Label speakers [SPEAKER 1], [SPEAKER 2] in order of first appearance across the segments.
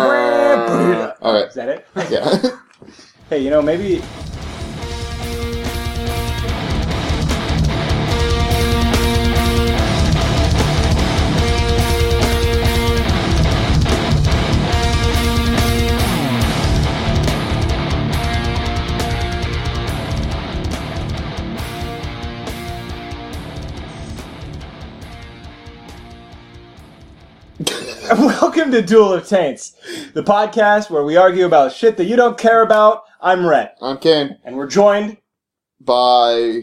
[SPEAKER 1] Is
[SPEAKER 2] All right.
[SPEAKER 1] that it?
[SPEAKER 2] Yeah.
[SPEAKER 1] Hey, you know, maybe Welcome to Duel of Taints, the podcast where we argue about shit that you don't care about. I'm Rhett,
[SPEAKER 2] I'm Ken.
[SPEAKER 1] and we're joined
[SPEAKER 2] By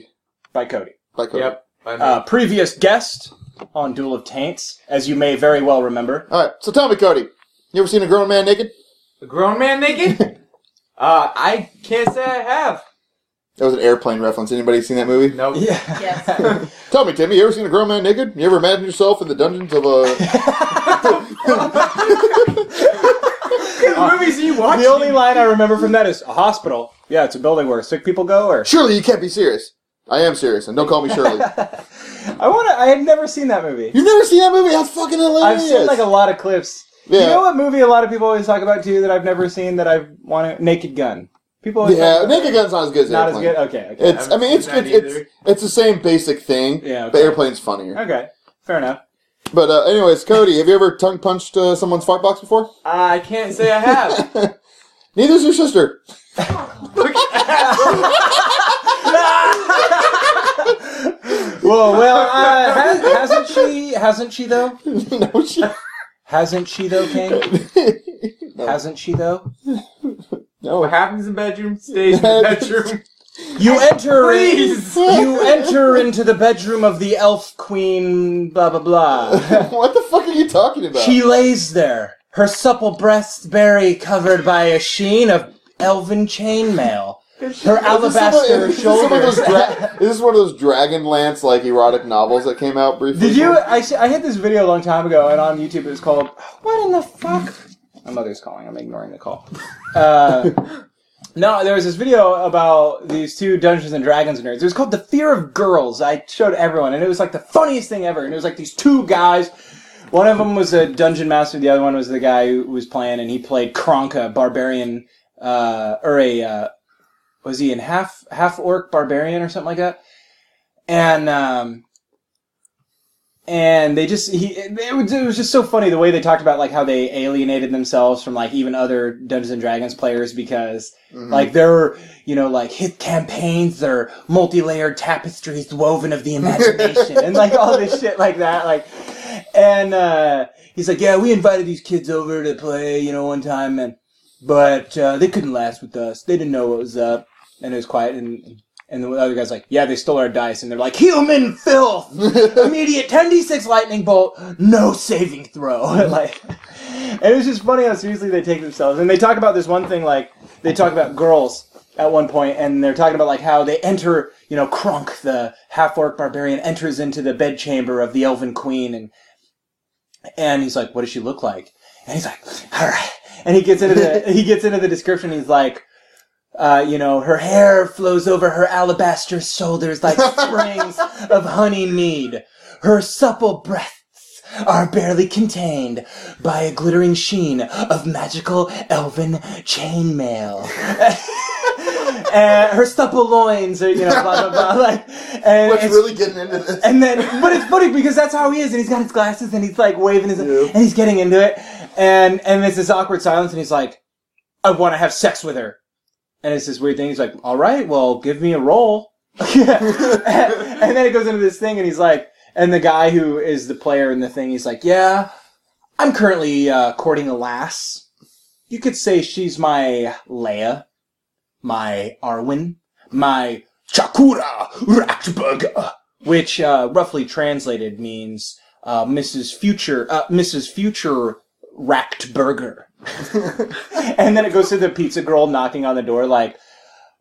[SPEAKER 1] by Cody.
[SPEAKER 2] by Cody.
[SPEAKER 3] I'm
[SPEAKER 1] Uh, previous guest on Duel of Taints, as you may very well remember.
[SPEAKER 2] All right. So tell me, Cody, you ever seen a grown man naked?
[SPEAKER 3] a grown man naked? uh, I can't say I have.
[SPEAKER 2] That was an airplane reference. Anybody seen that movie?
[SPEAKER 3] No.
[SPEAKER 1] Yeah.
[SPEAKER 4] Yes.
[SPEAKER 2] Tell me, Timmy, you ever seen a grown man naked? You ever imagined yourself in the dungeons of a?
[SPEAKER 3] movies you watch?
[SPEAKER 1] The only line I remember from that is a hospital. Yeah, it's a building where sick people go. Or
[SPEAKER 2] Surely you can't be serious. I am serious, and don't call me Shirley.
[SPEAKER 1] I want to. I had never seen that movie.
[SPEAKER 2] You've never seen that movie? How fucking
[SPEAKER 1] I've
[SPEAKER 2] hilarious!
[SPEAKER 1] seen like a lot of clips. You
[SPEAKER 2] Yeah.
[SPEAKER 1] know what movie a lot of people always talk about too that I've never seen that I want to Naked Gun. People always
[SPEAKER 2] yeah,
[SPEAKER 1] talk about
[SPEAKER 2] Naked Gun's not as good as
[SPEAKER 1] not as
[SPEAKER 2] Airplane.
[SPEAKER 1] good. Okay. Okay.
[SPEAKER 2] It's. I, mean, it's
[SPEAKER 3] I haven't
[SPEAKER 2] good.
[SPEAKER 3] seen
[SPEAKER 2] It's
[SPEAKER 3] that either.
[SPEAKER 2] it's the same basic thing.
[SPEAKER 1] Yeah,
[SPEAKER 2] But
[SPEAKER 1] okay.
[SPEAKER 2] Airplane's funnier.
[SPEAKER 1] okay. Fair enough.
[SPEAKER 2] But uh, anyways, Cody, have you ever tongue punched uh, someone's fart box before?
[SPEAKER 3] Uh, I can't say I have.
[SPEAKER 2] Neither's your sister.
[SPEAKER 1] Well, well, uh, has, hasn't she? Hasn't she though?
[SPEAKER 2] no, she.
[SPEAKER 1] Hasn't she though, King? Hasn't she though?
[SPEAKER 3] what Oh, happens in bedroom stays in the bedroom.
[SPEAKER 1] You enter.
[SPEAKER 3] Please.
[SPEAKER 1] You enter into the bedroom of the elf queen. Blah blah blah.
[SPEAKER 2] what the fuck are you talking about?
[SPEAKER 1] She lays there, her supple breasts berry covered by a sheen of elven chainmail. Her
[SPEAKER 2] Is this some of-
[SPEAKER 1] alabaster
[SPEAKER 2] is this some of those
[SPEAKER 1] shoulders.
[SPEAKER 2] dra- is this one of those Dragonlance like erotic novels that came out briefly?
[SPEAKER 1] Did you? I, s- I had this video a long time ago, and on YouTube it was called "What in the fuck." My mother's calling. I'm ignoring the call. Uh, no, there was this video about these two Dungeons and Dragons nerds. It was called "The Fear of Girls." I showed everyone, and it was like the funniest thing ever. And it was like these two guys. One of them was a dungeon master. The other one was the guy who was playing, and he played Kronka, barbarian, uh, or a uh, was he in half half orc barbarian or something like that? And um, and they just he it was, it was just so funny the way they talked about like how they alienated themselves from like even other Dungeons and Dragons players because like their you know like hit campaigns their multi-layered tapestries woven of the imagination and like all this shit like that like and uh he's like yeah we invited these kids over to play you know one time and but uh, they couldn't last with us they didn't know what was up and it was quiet and and the other guy's like, yeah, they stole our dice. And they're like, human filth! Immediate 10d6 lightning bolt, no saving throw. And, like, and it was just funny how seriously they take themselves. And they talk about this one thing, like, they talk about girls at one point, and they're talking about, like, how they enter, you know, Krunk, the half-orc barbarian, enters into the bedchamber of the elven queen, and and he's like, "What does she look like?" And he's like, "All right." And he gets into the he gets into the description. He's like, uh, "You know, her hair flows over her alabaster shoulders like springs of honey mead. Her supple breasts are barely contained by a glittering sheen of magical elven chainmail." and her supple loins are, you know, blah blah blah. Like, and
[SPEAKER 2] What's
[SPEAKER 1] it's-
[SPEAKER 2] really getting into this?
[SPEAKER 1] and then, but it's funny because that's how he is, and he's got his glasses, and he's like waving his,
[SPEAKER 2] Yeah.
[SPEAKER 1] and he's getting into it, and and there's this awkward silence, and he's like, "I want to have sex with her," and it's this weird thing. He's like, "All right, well, give me a roll," and then it goes into this thing, and he's like, and the guy who is the player in the thing, he's like, "Yeah, I'm currently uh, courting a lass. You could say she's my Leia, my Arwen, my Chakura Rachtburger." which uh, roughly translated means uh, Mrs. Future, uh, Mrs. Future racked burger. and then it goes to the pizza girl knocking on the door, like,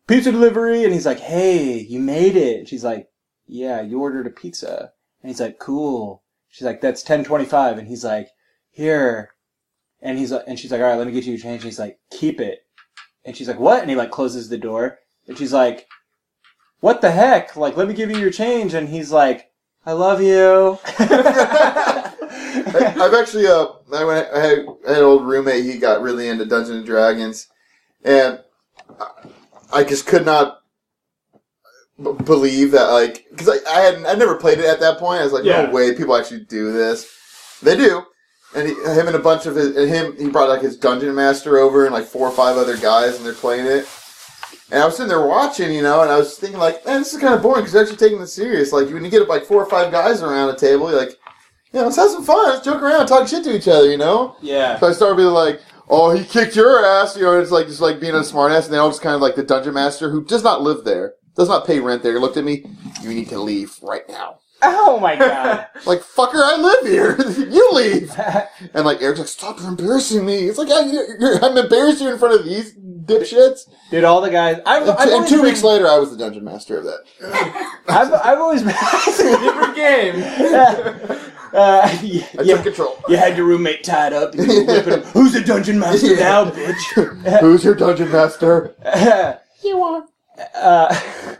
[SPEAKER 1] pizza delivery, and he's like, hey, you made it. And she's like, yeah, you ordered a pizza, and he's like, cool. She's like, that's ten twenty five, and he's like, here, and he's like, and she's like, all right, let me get you your change. And he's like, keep it, and she's like, what? And he like closes the door, and she's like, what the heck? Like, let me give you your change, and he's like, I love you.
[SPEAKER 2] I- I've actually uh, I, went, I had I had an old roommate. He got really into Dungeons and Dragons, and I- I just could not b- believe that like because I, I had I never played it at that point. I was like,
[SPEAKER 3] Yeah.
[SPEAKER 2] no way, people actually do this. They do, and he, him and a bunch of his and him he brought like his dungeon master over and like four or five other guys, and they're playing it. And I was sitting there watching, you know, and I was thinking like, man, this is kind of boring because they're actually taking this serious. Like when you get like four or five guys around a table, you're like. Yeah, let's have some fun. Let's joke around, talk shit to each other, you know.
[SPEAKER 1] yeah.
[SPEAKER 2] So I started being like, "Oh, he kicked your ass," you know. It's like just like being a smartass, and they all just kind of like the dungeon master who does not live there, does not pay rent there. Looked at me, you need to leave right now.
[SPEAKER 1] Oh my god.
[SPEAKER 2] Like fucker, I live here. you leave.
[SPEAKER 1] yeah.
[SPEAKER 2] And like Eric's like, "Stop embarrassing me." It's like I, you're, you're- I'm embarrassed you in front of these dipshits.
[SPEAKER 1] Dude, all the guys. I,
[SPEAKER 2] And,
[SPEAKER 1] I've
[SPEAKER 2] two- and
[SPEAKER 1] always
[SPEAKER 2] two
[SPEAKER 1] been-
[SPEAKER 2] weeks later, I was the dungeon master of that.
[SPEAKER 1] I've, I've always been.
[SPEAKER 3] Different game.
[SPEAKER 1] uh, yeah,
[SPEAKER 2] I
[SPEAKER 1] yeah.
[SPEAKER 2] took control.
[SPEAKER 1] You had your roommate tied up. And you were whipping him. Who's the dungeon master now, bitch?
[SPEAKER 2] Who's your dungeon master?
[SPEAKER 1] you are. Uh,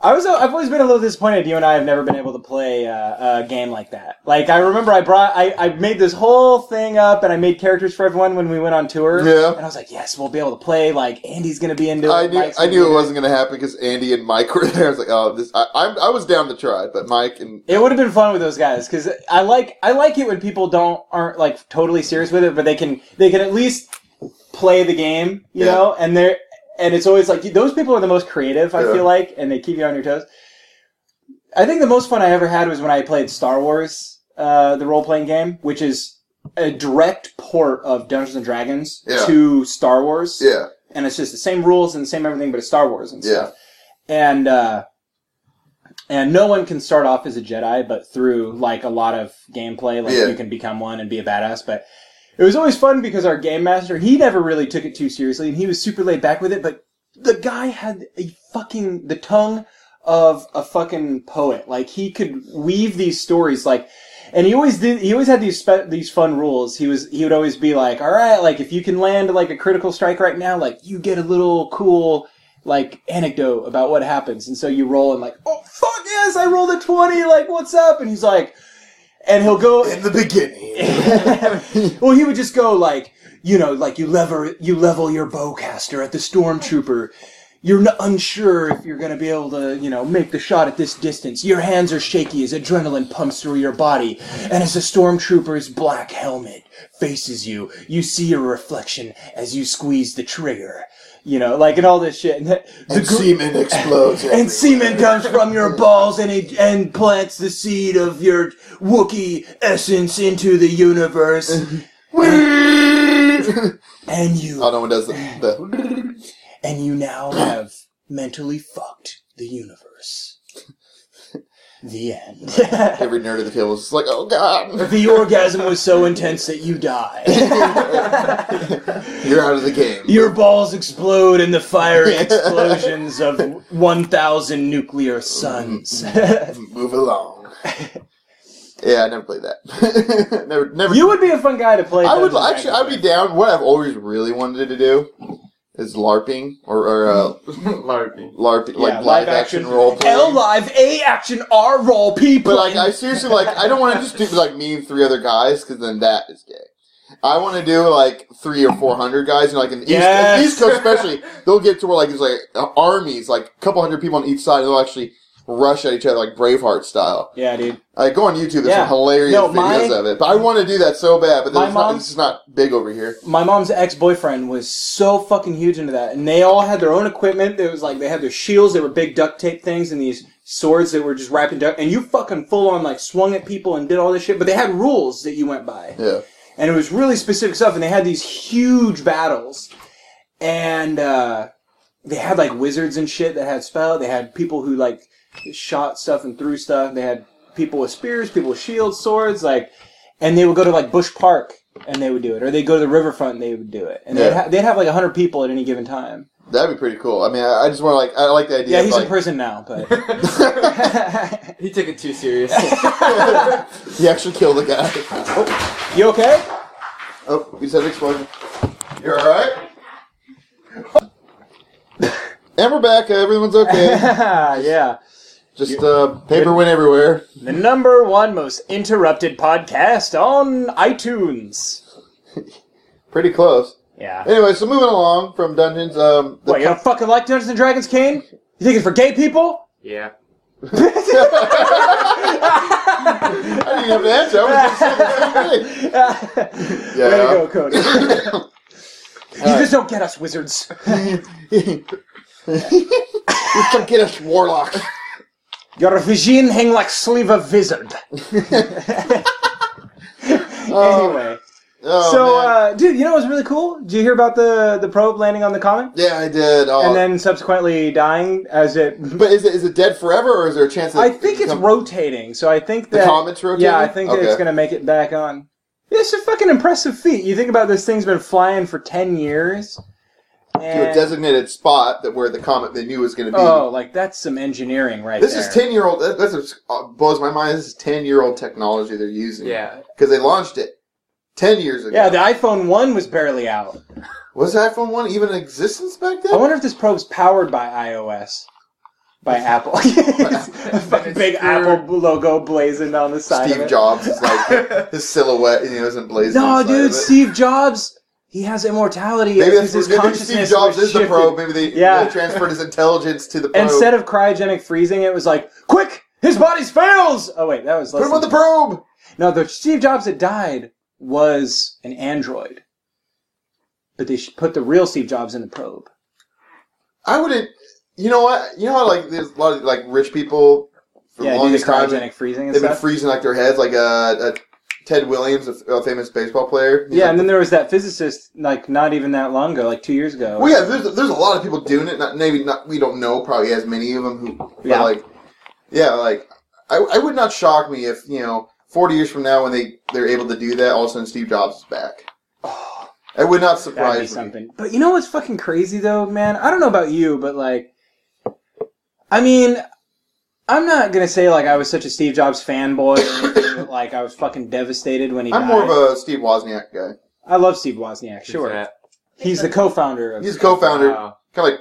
[SPEAKER 1] I was. I've always been a little disappointed. You and I have never been able to play uh, a game like that. Like I remember, I brought. I, I made this whole thing up, and I made characters for everyone when we went on tour.
[SPEAKER 2] Yeah.
[SPEAKER 1] And I was like, yes, we'll be able to play. Like Andy's gonna be into. it,
[SPEAKER 2] I knew,
[SPEAKER 1] Mike's
[SPEAKER 2] I
[SPEAKER 1] gonna
[SPEAKER 2] knew
[SPEAKER 1] be
[SPEAKER 2] it
[SPEAKER 1] in
[SPEAKER 2] wasn't going to happen because Andy and Mike were there. I was like, oh, this. I, I, I was down to try, but Mike and
[SPEAKER 1] It would have been fun with those guys because I like I like it when people don't aren't like totally serious with it, but they can they can at least play the game, you
[SPEAKER 2] Yeah.
[SPEAKER 1] know. And they're and it's always like those people are the most creative. I
[SPEAKER 2] Yeah.
[SPEAKER 1] feel like, and they keep you on your toes. I think the most fun I ever had was when I played Star Wars, uh, the role playing game, which is a direct port of Dungeons and Dragons
[SPEAKER 2] Yeah.
[SPEAKER 1] to Star Wars,
[SPEAKER 2] yeah,
[SPEAKER 1] and it's just the same rules and the same everything, but it's Star Wars and stuff
[SPEAKER 2] yeah,
[SPEAKER 1] and uh, and no one can start off as a Jedi, but through like a lot of gameplay, like
[SPEAKER 2] Yeah.
[SPEAKER 1] you can become one and be a badass. But it was always fun because our game master he never really took it too seriously, and he was super laid back with it. But the guy had a fucking the tongue of a fucking poet. Like he could weave these stories like. And he always did. He always had these spe- these fun rules. He was he would always be like, "All right, like if you can land like a critical strike right now, like you get a little cool like anecdote about what happens. And so you roll and like, oh fuck yes, I rolled a twenty. Like what's up? And he's like, and he'll go.
[SPEAKER 2] In the beginning,
[SPEAKER 1] well, he would just go like, you know, like you lever, you level your bowcaster at the stormtrooper. You're n- unsure if you're going to be able to, you know, make the shot at this distance. Your hands are shaky as adrenaline pumps through your body, and as the stormtrooper's black helmet faces you, you see your reflection as you squeeze the trigger. You know, like and all this shit. And the, the
[SPEAKER 2] and
[SPEAKER 1] gr-
[SPEAKER 2] semen explodes. everywhere.
[SPEAKER 1] and semen comes from your balls and it and plants the seed of your Wookiee essence into the universe. and
[SPEAKER 2] Oh,
[SPEAKER 1] you
[SPEAKER 2] no one does the. the
[SPEAKER 1] and you now have mentally fucked the universe. The end.
[SPEAKER 2] every nerd at the table is just like, oh god,
[SPEAKER 1] the orgasm was so intense that you die.
[SPEAKER 2] you're out of the game.
[SPEAKER 1] Your balls explode in the fiery explosions of 1,000 nuclear suns.
[SPEAKER 2] Move along. Yeah, I never played that. never, never.
[SPEAKER 1] you would be a fun guy to play.
[SPEAKER 2] I would
[SPEAKER 1] Dungeons and
[SPEAKER 2] actually.
[SPEAKER 1] Dragons
[SPEAKER 2] I'd be down. What I've always really wanted to do is LARPing or, or uh,
[SPEAKER 3] LARPing.
[SPEAKER 2] LARP, like
[SPEAKER 1] Yeah,
[SPEAKER 2] live,
[SPEAKER 1] live
[SPEAKER 2] action,
[SPEAKER 1] action.
[SPEAKER 2] role playing.
[SPEAKER 1] L live A action R roll people.
[SPEAKER 2] But like, I seriously like. I don't want to just do like me and three other guys because then that is gay. I want to do like three or four hundred guys, and like in the
[SPEAKER 1] Yes.
[SPEAKER 2] East, East Coast especially, they'll get to where like there's like uh, armies, like a couple hundred people on each side, and they'll actually rush at each other like Braveheart style.
[SPEAKER 1] yeah, dude.
[SPEAKER 2] Like go on YouTube, there's
[SPEAKER 1] Yeah.
[SPEAKER 2] some hilarious
[SPEAKER 1] No,
[SPEAKER 2] videos
[SPEAKER 1] my-
[SPEAKER 2] of it. But I want to do that so bad, but then
[SPEAKER 1] My
[SPEAKER 2] it's not,
[SPEAKER 1] mom's-
[SPEAKER 2] it's just not big over here.
[SPEAKER 1] My mom's ex boyfriend was so fucking huge into that, and they all had their own equipment. It was like they had their shields that were big duct tape things, and these swords that were just wrapped in duct. And you fucking full on like swung at people and did all this shit. But they had rules that you went by.
[SPEAKER 2] Yeah,
[SPEAKER 1] and it was really specific stuff. And they had these huge battles, and uh, they had like wizards and shit that had spell. They had people who like shot stuff and threw stuff. They had people with spears, people with shields, swords, like, and they would go to like Bush Park and they would do it, or they would go to the riverfront and they would do it, and
[SPEAKER 2] Yeah.
[SPEAKER 1] they'd, ha- they'd have like hundred people at any given time.
[SPEAKER 2] That'd be pretty cool. I mean, I, I just want to like I like the idea.
[SPEAKER 1] Yeah,
[SPEAKER 2] of,
[SPEAKER 1] he's
[SPEAKER 2] like,
[SPEAKER 1] in prison now, but
[SPEAKER 3] he took it too serious.
[SPEAKER 2] he actually killed a guy. Oh,
[SPEAKER 1] you okay?
[SPEAKER 2] oh, his head exploded. You're all right. and we're back. Uh, everyone's okay.
[SPEAKER 1] yeah,
[SPEAKER 2] Just uh, paper went everywhere.
[SPEAKER 1] the number one most interrupted podcast on iTunes.
[SPEAKER 2] Pretty close.
[SPEAKER 1] Yeah.
[SPEAKER 2] Anyway, so moving along from dungeons. Um, the
[SPEAKER 1] What, you don't fucking like Dungeons and Dragons, Kane? You think it's for gay people?
[SPEAKER 3] yeah.
[SPEAKER 2] I didn't have an answer. I was just saying
[SPEAKER 1] Way to
[SPEAKER 2] Yeah.
[SPEAKER 1] go, Cody. you just don't get us, wizards.
[SPEAKER 2] Come get us, warlocks.
[SPEAKER 1] Your vision hang like sleeve of wizard. anyway,
[SPEAKER 2] Oh,
[SPEAKER 1] so
[SPEAKER 2] man.
[SPEAKER 1] uh, dude, you know what's really cool? Did you hear about the the probe landing on the comet
[SPEAKER 2] yeah, I did. Oh,
[SPEAKER 1] and then subsequently dying as it?
[SPEAKER 2] but is it is it dead forever or is there a chance? That
[SPEAKER 1] I
[SPEAKER 2] it
[SPEAKER 1] think it's
[SPEAKER 2] come-
[SPEAKER 1] rotating, so I think
[SPEAKER 2] The
[SPEAKER 1] that
[SPEAKER 2] comet's rotating?
[SPEAKER 1] Yeah, I think that
[SPEAKER 2] Okay.
[SPEAKER 1] it's gonna make it back on. It's a fucking impressive feat. You think about this thing's been flying for ten years.
[SPEAKER 2] to a
[SPEAKER 1] And,
[SPEAKER 2] designated spot that where the comet they knew was going to be.
[SPEAKER 1] oh, like that's some engineering right
[SPEAKER 2] This
[SPEAKER 1] there.
[SPEAKER 2] is ten year old. That, that's what uh, blows my mind. This is ten year old technology they're using.
[SPEAKER 3] Yeah.
[SPEAKER 2] because they launched it ten years ago.
[SPEAKER 1] Yeah, the iPhone one was barely out.
[SPEAKER 2] was the iPhone one even in existence back then?
[SPEAKER 1] I wonder if this probe's powered by iOS. By Apple. a fucking big
[SPEAKER 3] It's true.
[SPEAKER 1] Apple logo blazoned on the side. of
[SPEAKER 2] Steve
[SPEAKER 1] it.
[SPEAKER 2] Jobs is like his silhouette, you know, is emblazoned. on
[SPEAKER 1] No,
[SPEAKER 2] the side of
[SPEAKER 1] dude,
[SPEAKER 2] it.
[SPEAKER 1] Steve Jobs, he has immortality.
[SPEAKER 2] Maybe
[SPEAKER 1] because
[SPEAKER 2] that's
[SPEAKER 1] his
[SPEAKER 2] maybe
[SPEAKER 1] consciousness
[SPEAKER 2] Steve Jobs
[SPEAKER 1] was
[SPEAKER 2] is the
[SPEAKER 1] shifted.
[SPEAKER 2] probe. Maybe they,
[SPEAKER 1] Yeah.
[SPEAKER 2] they transferred his intelligence to the probe.
[SPEAKER 1] Instead of cryogenic freezing, it was like, quick, his body fails! Oh, wait, that was
[SPEAKER 2] put
[SPEAKER 1] less
[SPEAKER 2] him on the
[SPEAKER 1] than-
[SPEAKER 2] probe.
[SPEAKER 1] No, the Steve Jobs that died was an android. But they should put the real Steve Jobs in the probe.
[SPEAKER 2] I wouldn't. You know what? You know how like there's a lot of like rich people for
[SPEAKER 1] yeah,
[SPEAKER 2] the
[SPEAKER 1] do the
[SPEAKER 2] longest time.
[SPEAKER 1] cryogenic freezing and
[SPEAKER 2] They've been
[SPEAKER 1] stuff.
[SPEAKER 2] freezing like their heads, like uh, uh, Ted Williams, a, f- a famous baseball player.
[SPEAKER 1] Yeah, and then there was that physicist, like not even that long ago, like two years ago.
[SPEAKER 2] Well, yeah, there's, there's a lot of people doing it. Not maybe not. We don't know probably as many of them who. But
[SPEAKER 1] Yeah.
[SPEAKER 2] Like, yeah, like I, I would not shock me if you know 40 years from now when they they're able to do that, all of a sudden Steve Jobs is back. I would not
[SPEAKER 1] That'd be
[SPEAKER 2] surprise me.
[SPEAKER 1] something. But you know what's fucking crazy though, man? I don't know about you, but like, I mean, I'm not gonna say like I was such a Steve Jobs fanboy or anything, but like I was fucking devastated when he
[SPEAKER 2] I'm
[SPEAKER 1] died.
[SPEAKER 2] more of a Steve Wozniak guy.
[SPEAKER 1] I love Steve Wozniak, sure.
[SPEAKER 3] Yeah.
[SPEAKER 1] He's the co-founder of.
[SPEAKER 2] He's a co-founder,
[SPEAKER 3] Wow.
[SPEAKER 2] kind of like,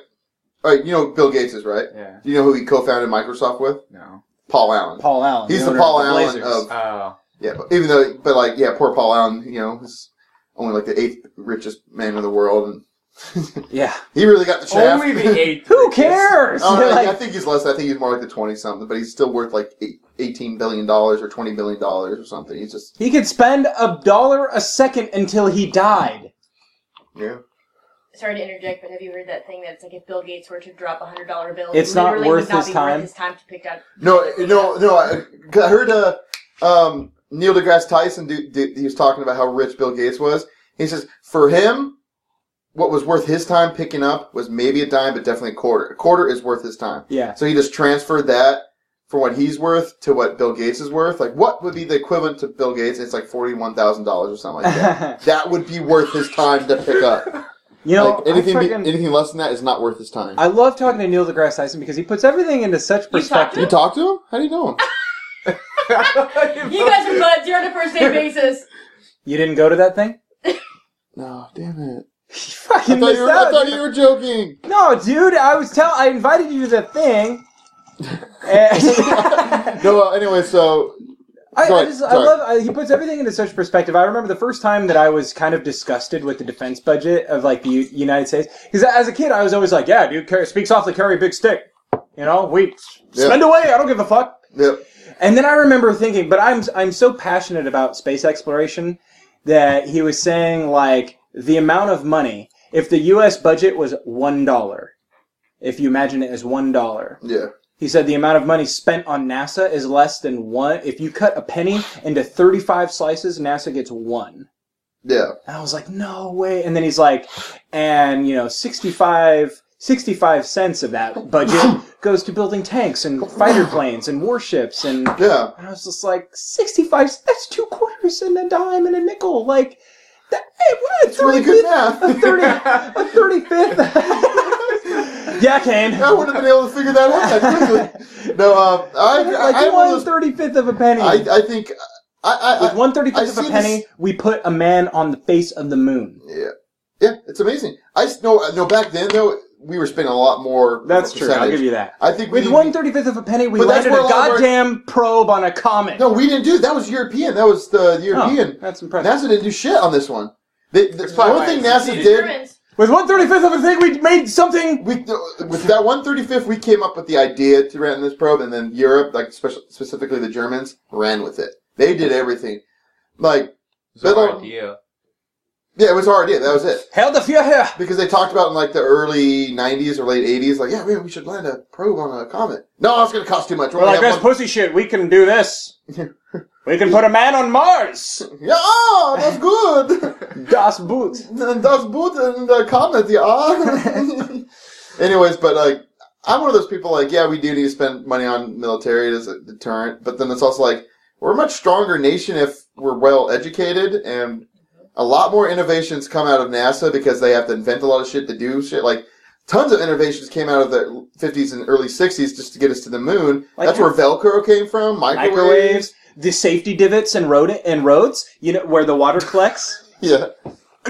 [SPEAKER 2] all right, you know, Bill Gates is right.
[SPEAKER 3] Oh, Yeah.
[SPEAKER 2] Do you know who he co-founded Microsoft with?
[SPEAKER 3] No.
[SPEAKER 2] Paul Allen.
[SPEAKER 1] Paul Allen.
[SPEAKER 2] He's the
[SPEAKER 1] owner
[SPEAKER 2] Paul
[SPEAKER 1] of
[SPEAKER 2] Allen
[SPEAKER 1] Blazers.
[SPEAKER 2] of-
[SPEAKER 3] Oh.
[SPEAKER 2] Yeah, but even though, but like, yeah, poor Paul Allen, you know, is only like the eighth richest man in the world, and
[SPEAKER 1] Yeah.
[SPEAKER 2] he really got the shaft.
[SPEAKER 3] Only the eighth.
[SPEAKER 1] Who
[SPEAKER 3] richest.
[SPEAKER 1] cares?
[SPEAKER 2] Oh, I, don't know, I
[SPEAKER 1] Like,
[SPEAKER 2] think he's less. I think he's more like the twenty something, but he's still worth like eight, eighteen billion dollars or twenty billion dollars or something. He's just
[SPEAKER 1] he could spend a dollar a second until he died.
[SPEAKER 2] yeah.
[SPEAKER 4] Sorry to interject, but have you heard that thing that's like if Bill Gates were to drop a hundred dollar bill,
[SPEAKER 1] It's
[SPEAKER 4] it
[SPEAKER 1] not
[SPEAKER 4] literally
[SPEAKER 1] worth
[SPEAKER 4] would not
[SPEAKER 1] his
[SPEAKER 4] be
[SPEAKER 1] time.
[SPEAKER 4] worth his time to pick up.
[SPEAKER 2] No, no, no. I, 'cause I heard uh, um, Neil deGrasse Tyson. Do, do, he was talking about how rich Bill Gates was. He says for him, what was worth his time picking up was maybe a dime, but definitely a quarter. A quarter is worth his time.
[SPEAKER 1] Yeah.
[SPEAKER 2] So he just transferred that for what he's worth to what Bill Gates is worth. Like, what would be the equivalent to Bill Gates? It's like forty-one thousand dollars or something like that. that would be worth his time to pick up.
[SPEAKER 1] you know,
[SPEAKER 2] like anything,
[SPEAKER 1] I,
[SPEAKER 2] be-
[SPEAKER 1] fucking-
[SPEAKER 2] anything less than that is not worth his time.
[SPEAKER 1] I love talking to Neil deGrasse Tyson because he puts everything into such
[SPEAKER 4] You talked to
[SPEAKER 1] perspective.
[SPEAKER 2] you talk to him? How do you know him?
[SPEAKER 4] You guys are buds. You're on a first name basis.
[SPEAKER 1] You didn't go to that thing?
[SPEAKER 2] No, damn it!
[SPEAKER 1] You
[SPEAKER 2] I
[SPEAKER 1] fucking
[SPEAKER 2] thought
[SPEAKER 1] missed
[SPEAKER 2] you were, I
[SPEAKER 1] out.
[SPEAKER 2] thought you were joking.
[SPEAKER 1] No, dude, I was tell I invited you to the thing. And-
[SPEAKER 2] No, well, anyway, so
[SPEAKER 1] I, I
[SPEAKER 2] Sorry,
[SPEAKER 1] just I
[SPEAKER 2] sorry.
[SPEAKER 1] love I, he puts everything into such perspective. I remember the first time that I was kind of disgusted with the defense budget of like the U- United States because as a kid I was always like, yeah, dude, carry, speak softly, carry a big stick. You know, we
[SPEAKER 2] Yeah.
[SPEAKER 1] spend away. I don't give a fuck.
[SPEAKER 2] yep.
[SPEAKER 1] And then I remember thinking, but I'm I'm so passionate about space exploration that he was saying like the amount of money if the U.S. budget was one dollar, if you imagine it as one dollar,
[SPEAKER 2] yeah,
[SPEAKER 1] he said the amount of money spent on NASA is less than one. If you cut a penny into thirty-five slices, NASA gets one.
[SPEAKER 2] yeah.
[SPEAKER 1] And I was like, no way. And then he's like, and you know, 65, 65 cents of that budget goes to building tanks and fighter planes and warships and
[SPEAKER 2] Yeah,
[SPEAKER 1] and I was just like, 65, that's two quarters and a dime and a nickel. Like, that, hey, what a
[SPEAKER 2] it's really good math.
[SPEAKER 1] 30, a 35th. Yeah, Kane.
[SPEAKER 2] I wouldn't have been able to figure that out that quickly. No, uh, I,
[SPEAKER 1] like
[SPEAKER 2] I, I,
[SPEAKER 1] one
[SPEAKER 2] one those,
[SPEAKER 1] thirty fifth of a penny.
[SPEAKER 2] I, I think I, I,
[SPEAKER 1] With
[SPEAKER 2] I
[SPEAKER 1] one thirty
[SPEAKER 2] I
[SPEAKER 1] fifth of
[SPEAKER 2] see
[SPEAKER 1] a penny, we put a man on the face of the moon.
[SPEAKER 2] yeah, yeah, it's amazing. I s- no no back then though we were spending a lot more.
[SPEAKER 1] That's true. I'll
[SPEAKER 2] percentage.
[SPEAKER 1] give you that.
[SPEAKER 2] I think we
[SPEAKER 1] With
[SPEAKER 2] didn't-
[SPEAKER 1] one thirty fifth of a penny, we
[SPEAKER 2] But that's
[SPEAKER 1] landed
[SPEAKER 2] where
[SPEAKER 1] a
[SPEAKER 2] a lot of our-
[SPEAKER 1] goddamn probe on a comet.
[SPEAKER 2] No, we didn't do. That was European. That was the, the
[SPEAKER 1] Oh,
[SPEAKER 2] European.
[SPEAKER 1] that's impressive.
[SPEAKER 2] NASA didn't do shit on this one. They, the
[SPEAKER 3] That's probably
[SPEAKER 2] one
[SPEAKER 3] why
[SPEAKER 2] thing
[SPEAKER 3] it
[SPEAKER 2] NASA
[SPEAKER 3] succeeded.
[SPEAKER 2] did,
[SPEAKER 4] Germans.
[SPEAKER 1] With one thirty fifth of a thing, we made something.
[SPEAKER 2] we with that one thirty fifth, we came up with the idea to run this probe, and then Europe, like special, specifically the Germans, ran with it. They did everything. Like,
[SPEAKER 3] Bizarre idea.
[SPEAKER 2] yeah, it was our idea. That was it.
[SPEAKER 1] Hell the fear here.
[SPEAKER 2] Because they talked about in like the early '90s or late '80s, like, yeah, man, we should land a probe on a comet. No, it's going to cost too much. We're
[SPEAKER 1] We're like
[SPEAKER 2] gonna
[SPEAKER 1] this
[SPEAKER 2] have one-
[SPEAKER 1] pussy shit. We can do this. we can put a man on Mars.
[SPEAKER 2] yeah, ah, that's good.
[SPEAKER 1] Das Boot.
[SPEAKER 2] And that's boot and the comet, yeah. Anyways, but like, I'm one of those people like, yeah, we do need to spend money on military as a deterrent, but then it's also like, we're a much stronger nation if we're well educated and a lot more innovations come out of NASA because they have to invent a lot of shit to do shit. Like, tons of innovations came out of the 50s and early 60s just to get us to the moon.
[SPEAKER 1] Like
[SPEAKER 2] That's where Velcro came from, microwaves.
[SPEAKER 1] Microwaves. The safety divots and road and roads. You know where the water collects.
[SPEAKER 2] Yeah.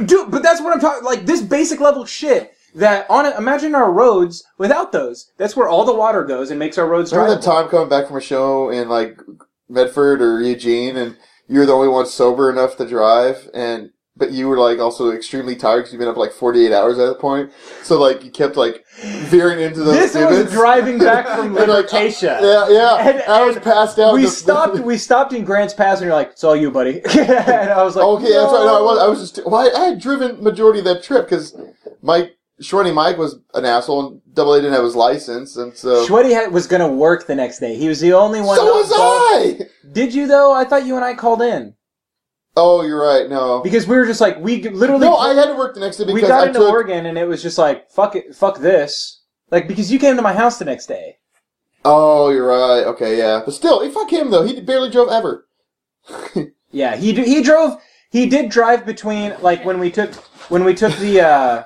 [SPEAKER 1] Dude, but that's what I'm talking. Like this basic level shit. That on a, imagine our roads without those. That's where all the water goes and makes our roads
[SPEAKER 2] Remember that
[SPEAKER 1] drivable.
[SPEAKER 2] time coming back from a show in like Medford or Eugene, and you were the only one sober enough to drive, and but you were like also extremely tired because you've been up like forty eight hours at that point. So like you kept like veering into those.
[SPEAKER 1] This was
[SPEAKER 2] divots.
[SPEAKER 1] driving back from
[SPEAKER 2] And, like,
[SPEAKER 1] Libertatia.
[SPEAKER 2] Yeah, yeah.
[SPEAKER 1] And-
[SPEAKER 2] I was
[SPEAKER 1] and
[SPEAKER 2] passed out.
[SPEAKER 1] we
[SPEAKER 2] just-
[SPEAKER 1] stopped. We stopped in Grants Pass, and you're like, "It's all you, buddy." and I was like,
[SPEAKER 2] okay, I'm sorry. No, I
[SPEAKER 1] "No."
[SPEAKER 2] was. I was just. Well, I, I had driven majority of that trip because Mike, Shorty Mike was an asshole, and Double A didn't have his license, and so
[SPEAKER 1] Shwetty had, was gonna work the next day. He was the only one.
[SPEAKER 2] uh, so
[SPEAKER 1] not
[SPEAKER 2] was
[SPEAKER 1] involved.
[SPEAKER 2] I.
[SPEAKER 1] Did you though? I thought you and I called in
[SPEAKER 2] Oh, you're right. No.
[SPEAKER 1] because we were just like we g- literally.
[SPEAKER 2] No, I had to work the next day because
[SPEAKER 1] we got
[SPEAKER 2] I
[SPEAKER 1] into
[SPEAKER 2] took
[SPEAKER 1] Oregon and it was just like fuck it, fuck this. Like because you came to my house the next day.
[SPEAKER 2] Oh, you're right. Okay, yeah. But still, eh, fuck him though. He barely drove ever.
[SPEAKER 1] Yeah, he d- he drove. He did drive between like when we took when we took the uh,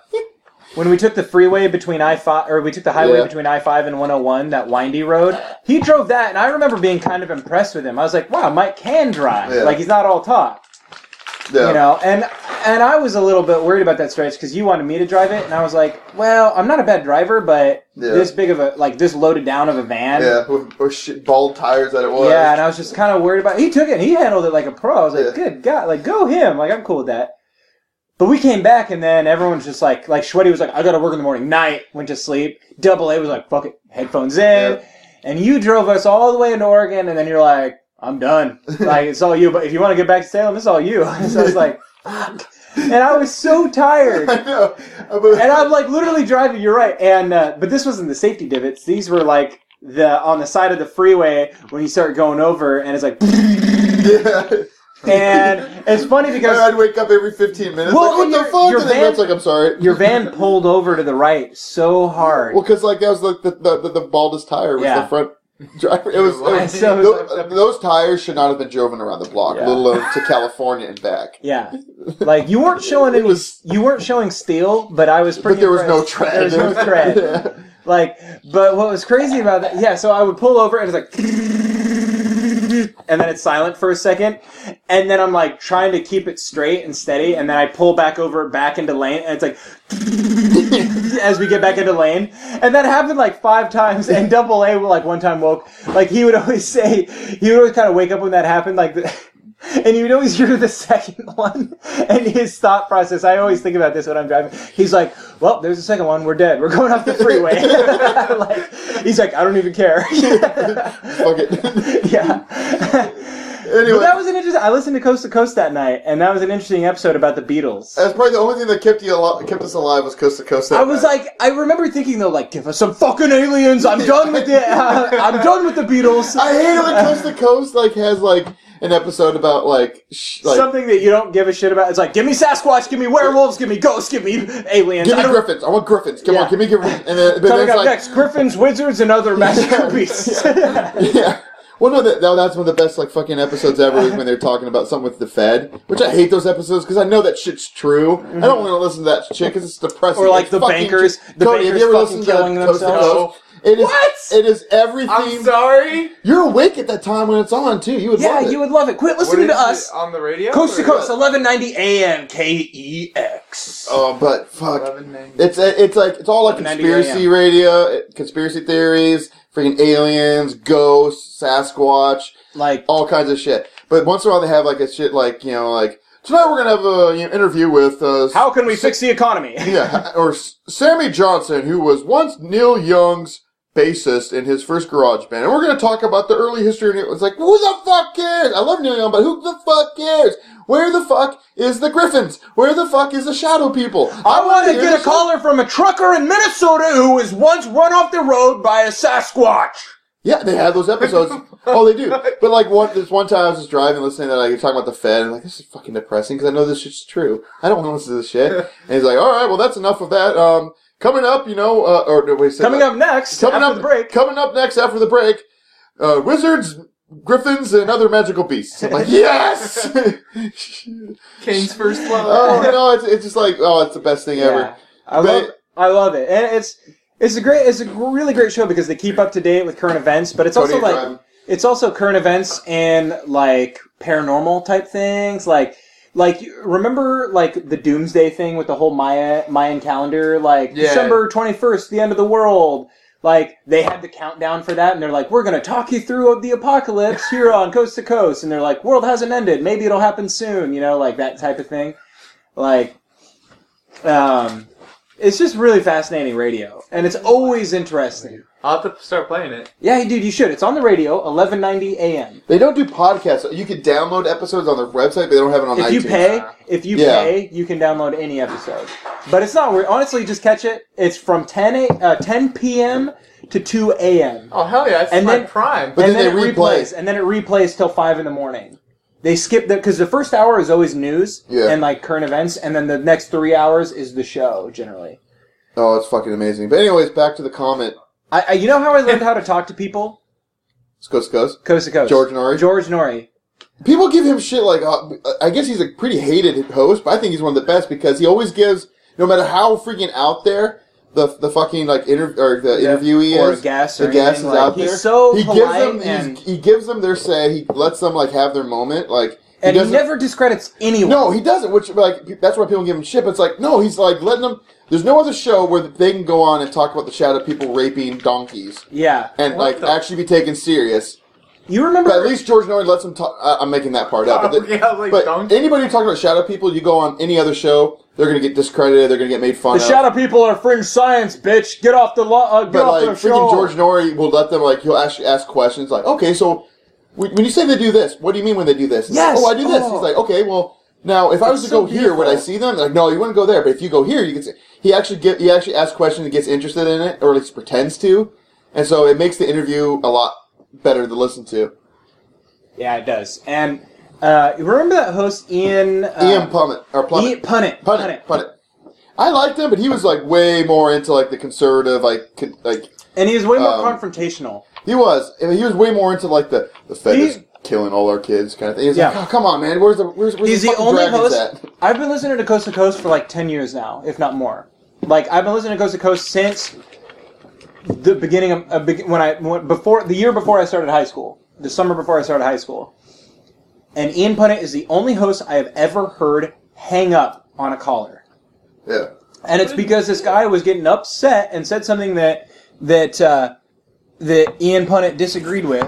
[SPEAKER 1] when we took the freeway between I five or we took the highway
[SPEAKER 2] Yeah.
[SPEAKER 1] between I five and one hundred one that windy road. He drove that, and I remember being kind of impressed with him. I was like, wow, Mike can drive.
[SPEAKER 2] Yeah.
[SPEAKER 1] Like he's not all talk. you know and and i was a little bit worried about that stretch because you wanted me to drive it and i was like well i'm not a bad driver but
[SPEAKER 2] Yeah.
[SPEAKER 1] this big of a like this loaded down of a van
[SPEAKER 2] Yeah, with, with shit, bald tires that it was.
[SPEAKER 1] Yeah, and i was just kind of worried about he took it he handled it like a pro i was like
[SPEAKER 2] Yeah.
[SPEAKER 1] good god like go him like i'm cool with that but we came back and then everyone's just like like Shwetty was like i gotta work in the morning night went to sleep double a was like fuck it headphones in
[SPEAKER 2] Yeah.
[SPEAKER 1] and you drove us all the way into oregon and then you're like i'm done like it's all you but if you want to get back to salem it's all you so i was like fuck and i was so tired
[SPEAKER 2] I know. Uh, but-
[SPEAKER 1] and I'm like literally driving. You're right. And uh, but this wasn't the safety divots. These were like the on the side of the freeway when you start going over, and it's like.
[SPEAKER 2] yeah.
[SPEAKER 1] and it's funny because
[SPEAKER 2] I'd wake up every 15
[SPEAKER 1] Well,
[SPEAKER 2] minutes. like, what
[SPEAKER 1] and
[SPEAKER 2] the
[SPEAKER 1] your-
[SPEAKER 2] fuck?
[SPEAKER 1] your
[SPEAKER 2] and then
[SPEAKER 1] van-
[SPEAKER 2] it's like, I'm sorry.
[SPEAKER 1] your van pulled over to the right so hard.
[SPEAKER 2] Well, because like that was like the the, the, the baldest tire was
[SPEAKER 1] Yeah.
[SPEAKER 2] the front driver. It was. It was,
[SPEAKER 1] So it
[SPEAKER 2] tho- those, tires should not have been driven around the block,
[SPEAKER 1] Yeah.
[SPEAKER 2] let alone to California and back.
[SPEAKER 1] Yeah, like you weren't showing
[SPEAKER 2] It
[SPEAKER 1] any.
[SPEAKER 2] was-
[SPEAKER 1] you weren't showing steel, but I was pretty.
[SPEAKER 2] But there was no
[SPEAKER 1] impressed.
[SPEAKER 2] tread.
[SPEAKER 1] There was no tread.
[SPEAKER 2] Yeah.
[SPEAKER 1] Like, but what was crazy about that? Yeah, so I would pull over and it's like, and then it's silent for a second, and then I'm like trying to keep it straight and steady, and then I pull back over back into lane, and it's like as we get back into lane, and that happened like five times. And Double A, like one time woke, like he would always say, he would always kind of wake up when that happened, like. The, and you would always hear the second one and his thought process. I always think about this when I'm driving. He's like, "Well, there's a second one. We're dead. We're going off the freeway." like, he's like, "I don't even care."
[SPEAKER 2] Fuck it.
[SPEAKER 1] yeah.
[SPEAKER 2] anyway,
[SPEAKER 1] But that was an interesting. I listened to Coast to Coast that night, and that was an interesting episode about the Beatles.
[SPEAKER 2] that's probably the only thing that kept you alive, kept us alive was coast to coast. that
[SPEAKER 1] I was
[SPEAKER 2] night.
[SPEAKER 1] like, I remember thinking though, like, give us some fucking aliens. I'm done with it. I'm done with the Beatles.
[SPEAKER 2] I hate it when Coast to Coast like has like an episode about like sh- like
[SPEAKER 1] Something that you don't give a shit about. It's like, give me Sasquatch, give me werewolves, give me ghosts, give me aliens.
[SPEAKER 2] give
[SPEAKER 1] I
[SPEAKER 2] me
[SPEAKER 1] don't-
[SPEAKER 2] griffins. I want griffins. Come
[SPEAKER 1] Yeah.
[SPEAKER 2] on, give me griffins. And then but
[SPEAKER 1] Coming
[SPEAKER 2] then
[SPEAKER 1] up
[SPEAKER 2] it's like
[SPEAKER 1] next, Griffins, Wizards, and other magical beasts.
[SPEAKER 2] yeah, Well, no, that, that- that's one of the best like fucking episodes ever is when they're talking about something with the Fed, which I hate those episodes because I know that shit's true. I don't want to listen to that shit because it's
[SPEAKER 1] Mm-hmm.
[SPEAKER 2] depressing.
[SPEAKER 1] Or like
[SPEAKER 2] It's
[SPEAKER 1] the
[SPEAKER 2] fucking
[SPEAKER 1] bankers-
[SPEAKER 2] ju-
[SPEAKER 1] the
[SPEAKER 2] Cody, have
[SPEAKER 1] bankers
[SPEAKER 2] you ever
[SPEAKER 1] fucking
[SPEAKER 2] listened to
[SPEAKER 1] killing
[SPEAKER 2] Toast to
[SPEAKER 1] themselves?
[SPEAKER 2] Coast? It is.
[SPEAKER 3] What?
[SPEAKER 2] It is everything.
[SPEAKER 3] I'm sorry.
[SPEAKER 2] You're awake at that time when it's on too. You would.
[SPEAKER 1] Yeah,
[SPEAKER 2] love it.
[SPEAKER 1] you would love it. Quit
[SPEAKER 3] What
[SPEAKER 1] listening to
[SPEAKER 3] is
[SPEAKER 1] us.
[SPEAKER 3] it, on the radio?
[SPEAKER 1] Coast to
[SPEAKER 3] or-
[SPEAKER 1] coast, 1190 AM E KEX.
[SPEAKER 2] Oh, but fuck.
[SPEAKER 3] 1190.
[SPEAKER 2] It's uh, it's like it's all like
[SPEAKER 1] 1190
[SPEAKER 2] conspiracy
[SPEAKER 1] AM.
[SPEAKER 2] radio, it- conspiracy theories, freaking aliens, ghosts, Sasquatch,
[SPEAKER 1] Like,
[SPEAKER 2] all kinds of shit. But once in a while they have like a shit like you know like tonight we're gonna have a you know, interview with uh,
[SPEAKER 1] how can we fix the economy?
[SPEAKER 2] yeah or S- Sammy Johnson who was once Neil Young's bassist in his first garage band and we're gonna talk about the early history and it was like who the fuck cares I love Neil Young but who the fuck cares where the fuck is the Griffins where the fuck is the Shadow People
[SPEAKER 1] I want to
[SPEAKER 2] hear
[SPEAKER 1] get
[SPEAKER 2] this
[SPEAKER 1] a caller from a trucker in Minnesota who was once run off the road by a Sasquatch.
[SPEAKER 2] Yeah, they have those episodes. oh, they do. But like one, this one time I was just driving, listening to like you're talking about the Fed, and I'm like this is fucking depressing because I know this shit's true. I don't want to listen to this shit. And he's like, all right, well that's enough of that. Um, coming up, you know, uh, or no, wait, say
[SPEAKER 1] Coming
[SPEAKER 2] that.
[SPEAKER 1] up next,
[SPEAKER 2] coming
[SPEAKER 1] after
[SPEAKER 2] up
[SPEAKER 1] the break.
[SPEAKER 2] coming up next after the break, uh, wizards, griffins, and other magical beasts. I'm like, yes.
[SPEAKER 3] Kane's first love.
[SPEAKER 2] oh no, it's it's just like oh, it's the best thing
[SPEAKER 1] Yeah.
[SPEAKER 2] ever.
[SPEAKER 1] I
[SPEAKER 2] But-
[SPEAKER 1] love, I love it, and it's it's a great, it's a really great show because they keep up to date with current events, but it's
[SPEAKER 2] Tony
[SPEAKER 1] also like
[SPEAKER 2] Driving.
[SPEAKER 1] it's also current events and like paranormal type things, like like remember like the doomsday thing with the whole Maya Mayan calendar, like
[SPEAKER 3] Yeah.
[SPEAKER 1] December twenty first, the end of the world. Like they had the countdown for that, and they're like, "We're gonna talk you through the apocalypse here on coast to coast," and they're like, "World hasn't ended. Maybe it'll happen soon," you know, like that type of thing. Like, um, it's just really fascinating radio, and it's always interesting.
[SPEAKER 3] I'll have to start playing it.
[SPEAKER 1] Yeah, dude, you should. It's on the radio, 1190 a.m.
[SPEAKER 2] They don't do podcasts. You could download episodes on their website, but they don't have it on
[SPEAKER 1] If
[SPEAKER 2] iTunes.
[SPEAKER 1] you pay, if you
[SPEAKER 2] Yeah.
[SPEAKER 1] pay, you can download any episode. But it's not weird. Honestly, just catch it. It's from 10 a, uh, 10 p.m. to 2 a.m.
[SPEAKER 3] Oh hell yeah! It's
[SPEAKER 1] And
[SPEAKER 3] my
[SPEAKER 1] then-
[SPEAKER 3] prime.
[SPEAKER 2] But-
[SPEAKER 1] and
[SPEAKER 2] then they
[SPEAKER 1] it
[SPEAKER 2] replay.
[SPEAKER 1] replays, and then it replays till five in the morning. They skip that because the first hour is always news
[SPEAKER 2] Yeah.
[SPEAKER 1] and like current events, and then the next three hours is the show generally.
[SPEAKER 2] Oh, it's fucking amazing. But anyways, back to the comment.
[SPEAKER 1] I, I you know how I learned how to talk to people
[SPEAKER 2] Skos Skos.
[SPEAKER 1] coast to coast.
[SPEAKER 2] George Norrie.
[SPEAKER 1] George Norrie.
[SPEAKER 2] People give him shit like, uh, I guess he's a pretty hated host, but I think he's one of the best because he always gives, no matter how freaking out there the the fucking like interview or the interviewee
[SPEAKER 1] Or
[SPEAKER 2] is,
[SPEAKER 1] a guest or
[SPEAKER 2] the guest is
[SPEAKER 1] anything, like,
[SPEAKER 2] out
[SPEAKER 1] he's
[SPEAKER 2] there.
[SPEAKER 1] so
[SPEAKER 2] he gives them
[SPEAKER 1] polite
[SPEAKER 2] he's-
[SPEAKER 1] and-
[SPEAKER 2] he gives them their say. He lets them like have their moment. Like he
[SPEAKER 1] And he,
[SPEAKER 2] doesn't-
[SPEAKER 1] never discredits anyone.
[SPEAKER 2] No, he doesn't. Which like pe- that's why people give him shit. But it's like no, he's like letting them. There's no other show where they can go on and talk about the shadow people raping donkeys
[SPEAKER 1] Yeah.
[SPEAKER 2] and
[SPEAKER 3] What
[SPEAKER 2] like
[SPEAKER 3] the-
[SPEAKER 2] actually be taken serious.
[SPEAKER 1] You remember
[SPEAKER 2] But at least George Norrie lets him talk. I, I'm making that part up. But, the-
[SPEAKER 3] Oh, Yeah, like,
[SPEAKER 2] but
[SPEAKER 3] don't-
[SPEAKER 2] anybody who talks about shadow people, you go on any other show, they're gonna get discredited. They're gonna get made fun
[SPEAKER 1] the
[SPEAKER 2] of.
[SPEAKER 1] shadow people are fringe science, bitch. Get off the law. Uh, get
[SPEAKER 2] but
[SPEAKER 1] off
[SPEAKER 2] like
[SPEAKER 1] the
[SPEAKER 2] freaking
[SPEAKER 1] show.
[SPEAKER 2] George Norrie will let them like he'll actually ask questions like, okay, so when when you say they do this, what do you mean when they do this? He's like,
[SPEAKER 1] Yes.
[SPEAKER 2] oh, I do this.
[SPEAKER 1] Oh.
[SPEAKER 2] He's like, okay, well. Now, if I was to
[SPEAKER 1] It's
[SPEAKER 2] go
[SPEAKER 1] so
[SPEAKER 2] here, would I
[SPEAKER 1] beautiful.
[SPEAKER 2] see them? Like, no, you wouldn't go there. But if you go here, you can see. He actually get, he actually asks questions and gets interested in it, or at least pretends to, and so it makes the interview a lot better to listen to.
[SPEAKER 1] Yeah, it does. And uh, you remember that host Ian? Uh,
[SPEAKER 2] Ian Plummet or Plummet.
[SPEAKER 1] Ian Punnett.
[SPEAKER 2] Put it, put it. I liked him, but he was like way more into like the conservative, like con- like
[SPEAKER 1] And he was way more
[SPEAKER 2] Um,
[SPEAKER 1] confrontational.
[SPEAKER 2] he was. I mean, he was way more into like the the Fed
[SPEAKER 1] He-
[SPEAKER 2] is killing all our kids kind of thing. He's
[SPEAKER 1] Yeah.
[SPEAKER 2] like, oh, come on, man, where's the where's, where's
[SPEAKER 1] He's
[SPEAKER 2] the,
[SPEAKER 1] the
[SPEAKER 2] fucking
[SPEAKER 1] only
[SPEAKER 2] dragons
[SPEAKER 1] host.
[SPEAKER 2] at?
[SPEAKER 1] I've been listening to Coast to Coast for like ten years now, if not more. Like I've been listening to Coast to Coast since the beginning of, of beg- when I when, before the year before I started high school, the summer before I started high school. And Ian Punnett is the only host I have ever heard hang up on a caller.
[SPEAKER 2] Yeah,
[SPEAKER 1] and it's because this guy was getting upset and said something that that uh, that Ian Punnett disagreed with,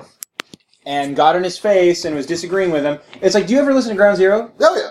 [SPEAKER 1] and got in his face and was disagreeing with him. It's like, do you ever listen to Ground Zero?
[SPEAKER 2] oh yeah,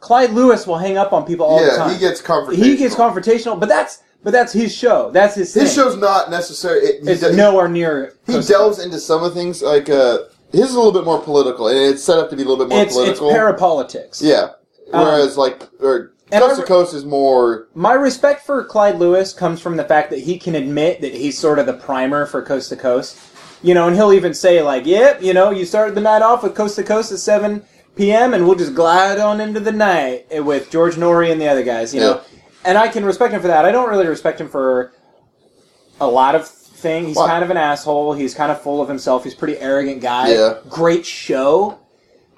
[SPEAKER 1] Clyde Lewis will hang up on people all the
[SPEAKER 2] yeah.
[SPEAKER 1] time.
[SPEAKER 2] He gets confrontational.
[SPEAKER 1] He gets confrontational, but that's but that's his show. That's his.
[SPEAKER 2] His
[SPEAKER 1] thing.
[SPEAKER 2] show's not necessary. It, he,
[SPEAKER 1] It's
[SPEAKER 2] de-
[SPEAKER 1] nowhere near.
[SPEAKER 2] he
[SPEAKER 1] Coast to
[SPEAKER 2] delves
[SPEAKER 1] Coast.
[SPEAKER 2] into some of the things like uh, his is a little bit more political, and it's set up to be a little bit more
[SPEAKER 1] It's it's
[SPEAKER 2] political.
[SPEAKER 1] parapolitics.
[SPEAKER 2] yeah,
[SPEAKER 1] Um,
[SPEAKER 2] whereas like or
[SPEAKER 1] and I
[SPEAKER 2] coast to
[SPEAKER 1] re-
[SPEAKER 2] coast is more
[SPEAKER 1] My respect for Clyde Lewis comes from the fact that he can admit that he's sort of the primer for Coast to Coast. You know, and he'll even say, like, yep, you know, you started the night off with Coast to Coast at 7 p.m., and we'll just glide on into the night with George Norrie and the other guys, you know. And I can respect him for that. I don't really respect him for a lot of thing. He's
[SPEAKER 2] Why?
[SPEAKER 1] kind of an asshole. He's kind of full of himself. He's a pretty arrogant guy.
[SPEAKER 2] Yeah.
[SPEAKER 1] Great show,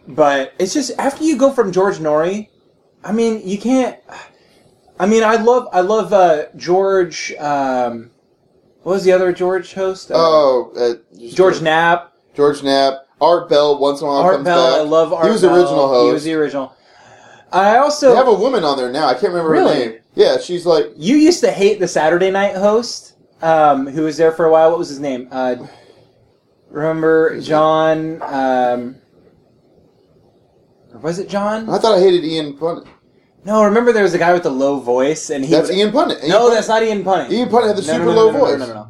[SPEAKER 1] but it's just after you go from George Nori, I mean, you can't. I mean, I love I love uh, George. Um, what was the other George host? Uh,
[SPEAKER 2] Oh, uh, just-
[SPEAKER 1] George Knapp.
[SPEAKER 2] George Knapp. Art Bell once in a while
[SPEAKER 1] Art
[SPEAKER 2] comes
[SPEAKER 1] Bell.
[SPEAKER 2] back.
[SPEAKER 1] I love Art.
[SPEAKER 2] He was the
[SPEAKER 1] Bell.
[SPEAKER 2] original host.
[SPEAKER 1] He was the original. I also
[SPEAKER 2] they have a woman on there now. I can't remember
[SPEAKER 1] Really?
[SPEAKER 2] her name. Yeah, she's like
[SPEAKER 1] You used to hate the Saturday night host, um, who was there for a while. What was his name? Uh, remember John? Um, or was it John?
[SPEAKER 2] I thought I hated Ian Punnett.
[SPEAKER 1] No, remember there was a guy with the low voice, and he.
[SPEAKER 2] That's Ian Punnett. Ian
[SPEAKER 1] no,
[SPEAKER 2] Punnett-
[SPEAKER 1] that's not Ian Punnett.
[SPEAKER 2] Ian Punnett had the
[SPEAKER 1] No, no,
[SPEAKER 2] super
[SPEAKER 1] no, no,
[SPEAKER 2] low
[SPEAKER 1] no, no,
[SPEAKER 2] voice.
[SPEAKER 1] No, no, no,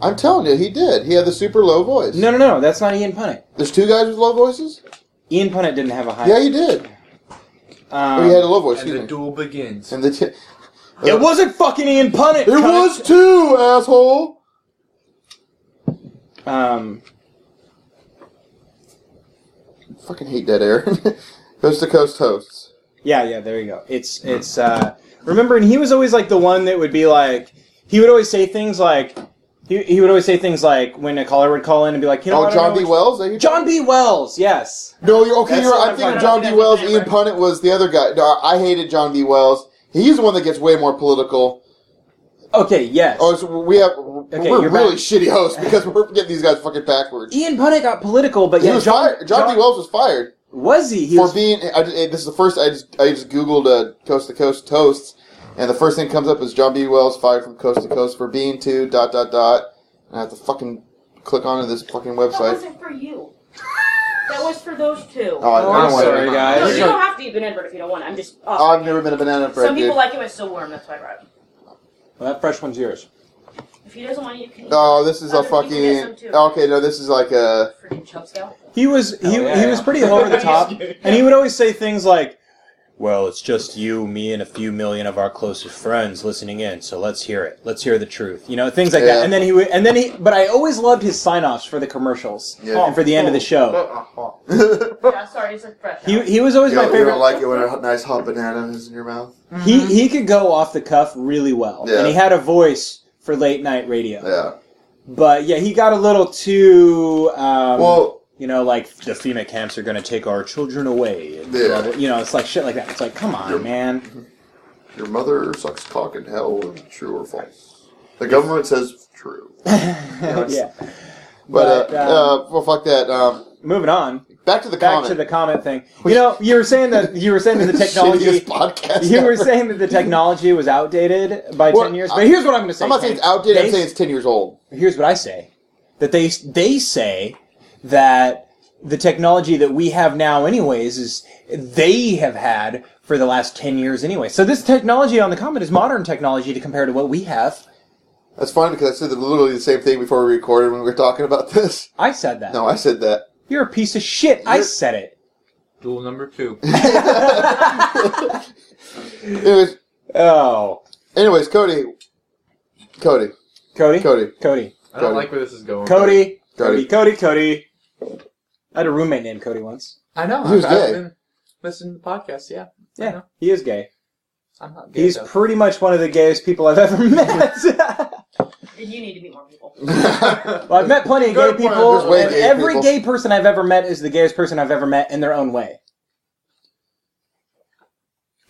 [SPEAKER 2] I'm telling you, he did. He had the super low voice.
[SPEAKER 1] no, no, no. That's not Ian Punnett.
[SPEAKER 2] There's two guys with low voices.
[SPEAKER 1] Ian Punnett didn't have a high.
[SPEAKER 2] Yeah, he did.
[SPEAKER 1] um,
[SPEAKER 2] Or he had a low voice.
[SPEAKER 3] And
[SPEAKER 2] Excuse
[SPEAKER 3] the
[SPEAKER 2] me.
[SPEAKER 3] duel begins.
[SPEAKER 2] and the t-
[SPEAKER 1] it wasn't fucking Ian Punnett.
[SPEAKER 2] It was two asshole.
[SPEAKER 1] Um,
[SPEAKER 2] Fucking hate that Aaron. coast to coast hosts.
[SPEAKER 1] Yeah, yeah, there you go. It's it's uh remember and he was always like the one that would be like he would always say things like he, he would always say things like when a caller would call in and be like, you know, I
[SPEAKER 2] oh,
[SPEAKER 1] don't
[SPEAKER 2] John
[SPEAKER 1] know
[SPEAKER 2] B.
[SPEAKER 1] which-
[SPEAKER 2] Wells. Are you
[SPEAKER 1] John B. Wells, yes.
[SPEAKER 2] No, you're okay.
[SPEAKER 1] That's
[SPEAKER 2] You're,
[SPEAKER 1] what
[SPEAKER 2] I
[SPEAKER 1] I'm
[SPEAKER 2] think
[SPEAKER 1] talking
[SPEAKER 2] John
[SPEAKER 4] about.
[SPEAKER 2] B. Wells, Ian
[SPEAKER 4] Remember.
[SPEAKER 2] Punnett was the other guy. No, I hated John B. Wells. He's the one that gets way more political.
[SPEAKER 1] Okay, yes.
[SPEAKER 2] Oh, so we have
[SPEAKER 1] Okay,
[SPEAKER 2] we're
[SPEAKER 1] you're
[SPEAKER 2] really
[SPEAKER 1] back.
[SPEAKER 2] shitty hosts because we're getting these guys fucking backwards.
[SPEAKER 1] Ian Punnett got political, but
[SPEAKER 2] He
[SPEAKER 1] yeah,
[SPEAKER 2] was
[SPEAKER 1] John,
[SPEAKER 2] fired. John, B. Wells was fired
[SPEAKER 1] was he? He
[SPEAKER 2] for
[SPEAKER 1] was,
[SPEAKER 2] being. I, I- this is the first. I just I just googled uh, coast to coast toasts, and the first thing comes up is John B. Wells fired from coast to coast for being too dot dot dot. And I have to fucking click onto this fucking
[SPEAKER 4] That
[SPEAKER 2] website.
[SPEAKER 4] wasn't for you. That was for those two.
[SPEAKER 2] Oh, I,
[SPEAKER 1] Oh,
[SPEAKER 2] I
[SPEAKER 1] I'm
[SPEAKER 2] don't want
[SPEAKER 1] sorry,
[SPEAKER 2] to.
[SPEAKER 1] guys.
[SPEAKER 4] no,
[SPEAKER 1] I-
[SPEAKER 4] you don't have to eat banana bread if you don't want. I'm just. Oh,
[SPEAKER 2] I've never been a banana bread
[SPEAKER 4] Some
[SPEAKER 2] dude.
[SPEAKER 4] people like it when it's so warm. That's why I brought it.
[SPEAKER 1] well, that fresh one's yours.
[SPEAKER 4] If he doesn't want it, you can eat
[SPEAKER 2] Oh, this is a
[SPEAKER 4] Other people get some
[SPEAKER 2] fucking.
[SPEAKER 4] too.
[SPEAKER 2] Okay, no, this is like a.
[SPEAKER 4] freaking chub scale.
[SPEAKER 1] He was he,
[SPEAKER 3] Oh, yeah,
[SPEAKER 1] he was
[SPEAKER 3] yeah.
[SPEAKER 1] pretty over the top,
[SPEAKER 3] Just kidding.
[SPEAKER 1] and he would always say things like, "Well, it's just you, me, and a few million of our closest friends listening in, so let's hear it. Let's hear the truth." You know, things like
[SPEAKER 2] Yeah.
[SPEAKER 1] that. And then he would, and then he. But I always loved his sign-offs for the commercials
[SPEAKER 2] Yeah.
[SPEAKER 1] and for the end of the show.
[SPEAKER 3] Uh-huh.
[SPEAKER 4] Yeah, sorry, it's like fresh.
[SPEAKER 1] He he was always
[SPEAKER 2] You
[SPEAKER 1] my
[SPEAKER 2] don't, you don't
[SPEAKER 1] favorite.
[SPEAKER 2] like it when a nice hot banana is in your mouth?
[SPEAKER 1] He he could go off the cuff really well,
[SPEAKER 2] Yeah.
[SPEAKER 1] and he had a voice for late night radio.
[SPEAKER 2] Yeah.
[SPEAKER 1] But yeah, he got a little too. Um,
[SPEAKER 2] Well,
[SPEAKER 1] you know, like the FEMA camps are going to take our children away. And
[SPEAKER 2] Yeah.
[SPEAKER 1] blah, blah, you know, it's like shit like that. It's like, come on, man.
[SPEAKER 2] your mother sucks cock in hell, true or false? The government says true.
[SPEAKER 1] yeah.
[SPEAKER 2] But,
[SPEAKER 1] But,
[SPEAKER 2] uh,
[SPEAKER 1] um,
[SPEAKER 2] uh, well, fuck that. Um,
[SPEAKER 1] Moving on,
[SPEAKER 2] back to the
[SPEAKER 1] back
[SPEAKER 2] comment.
[SPEAKER 1] to the comment thing. You know, you were saying that you were saying that the
[SPEAKER 2] Shittiest
[SPEAKER 1] technology.
[SPEAKER 2] podcast.
[SPEAKER 1] You
[SPEAKER 2] ever.
[SPEAKER 1] were saying that the technology was outdated by
[SPEAKER 2] Well,
[SPEAKER 1] ten years.
[SPEAKER 2] I-
[SPEAKER 1] But here's what I'm going to say.
[SPEAKER 2] I'm not saying
[SPEAKER 1] Ken.
[SPEAKER 2] it's outdated.
[SPEAKER 1] They-
[SPEAKER 2] I'm saying it's ten years old.
[SPEAKER 1] here's what I say that they they say that the technology that we have now anyways is they have had for the last 10 years anyway. So this technology on the comet is modern technology to compare to what we have.
[SPEAKER 2] That's funny because I said the- literally the same thing before we recorded when we were talking about this.
[SPEAKER 1] I said that.
[SPEAKER 2] No, I said that.
[SPEAKER 1] You're a piece of shit. I
[SPEAKER 2] You're-
[SPEAKER 1] said it.
[SPEAKER 3] Duel number two.
[SPEAKER 2] Anyways,
[SPEAKER 1] Oh.
[SPEAKER 2] anyways, Cody, Cody,
[SPEAKER 1] Cody?
[SPEAKER 2] Cody,
[SPEAKER 1] Cody.
[SPEAKER 3] I don't
[SPEAKER 2] Cody.
[SPEAKER 3] like where this is going.
[SPEAKER 1] Cody. Cody. Cody.
[SPEAKER 2] Cody.
[SPEAKER 1] Cody. I had a roommate named Cody once.
[SPEAKER 3] I know.
[SPEAKER 2] He was
[SPEAKER 3] I've- I've
[SPEAKER 2] gay.
[SPEAKER 3] been Listening to the podcast, yeah. I
[SPEAKER 1] Yeah,
[SPEAKER 3] know.
[SPEAKER 1] he is gay.
[SPEAKER 3] I'm not gay.
[SPEAKER 1] He's
[SPEAKER 3] though.
[SPEAKER 1] pretty much one of the gayest people I've ever met.
[SPEAKER 4] Then you need to meet more people.
[SPEAKER 1] Well, I've met plenty of
[SPEAKER 3] Good
[SPEAKER 1] gay
[SPEAKER 3] point.
[SPEAKER 1] people.
[SPEAKER 2] There's way
[SPEAKER 1] and
[SPEAKER 2] gay
[SPEAKER 1] every
[SPEAKER 2] people.
[SPEAKER 1] gay person I've ever met is the gayest person I've ever met in their own way.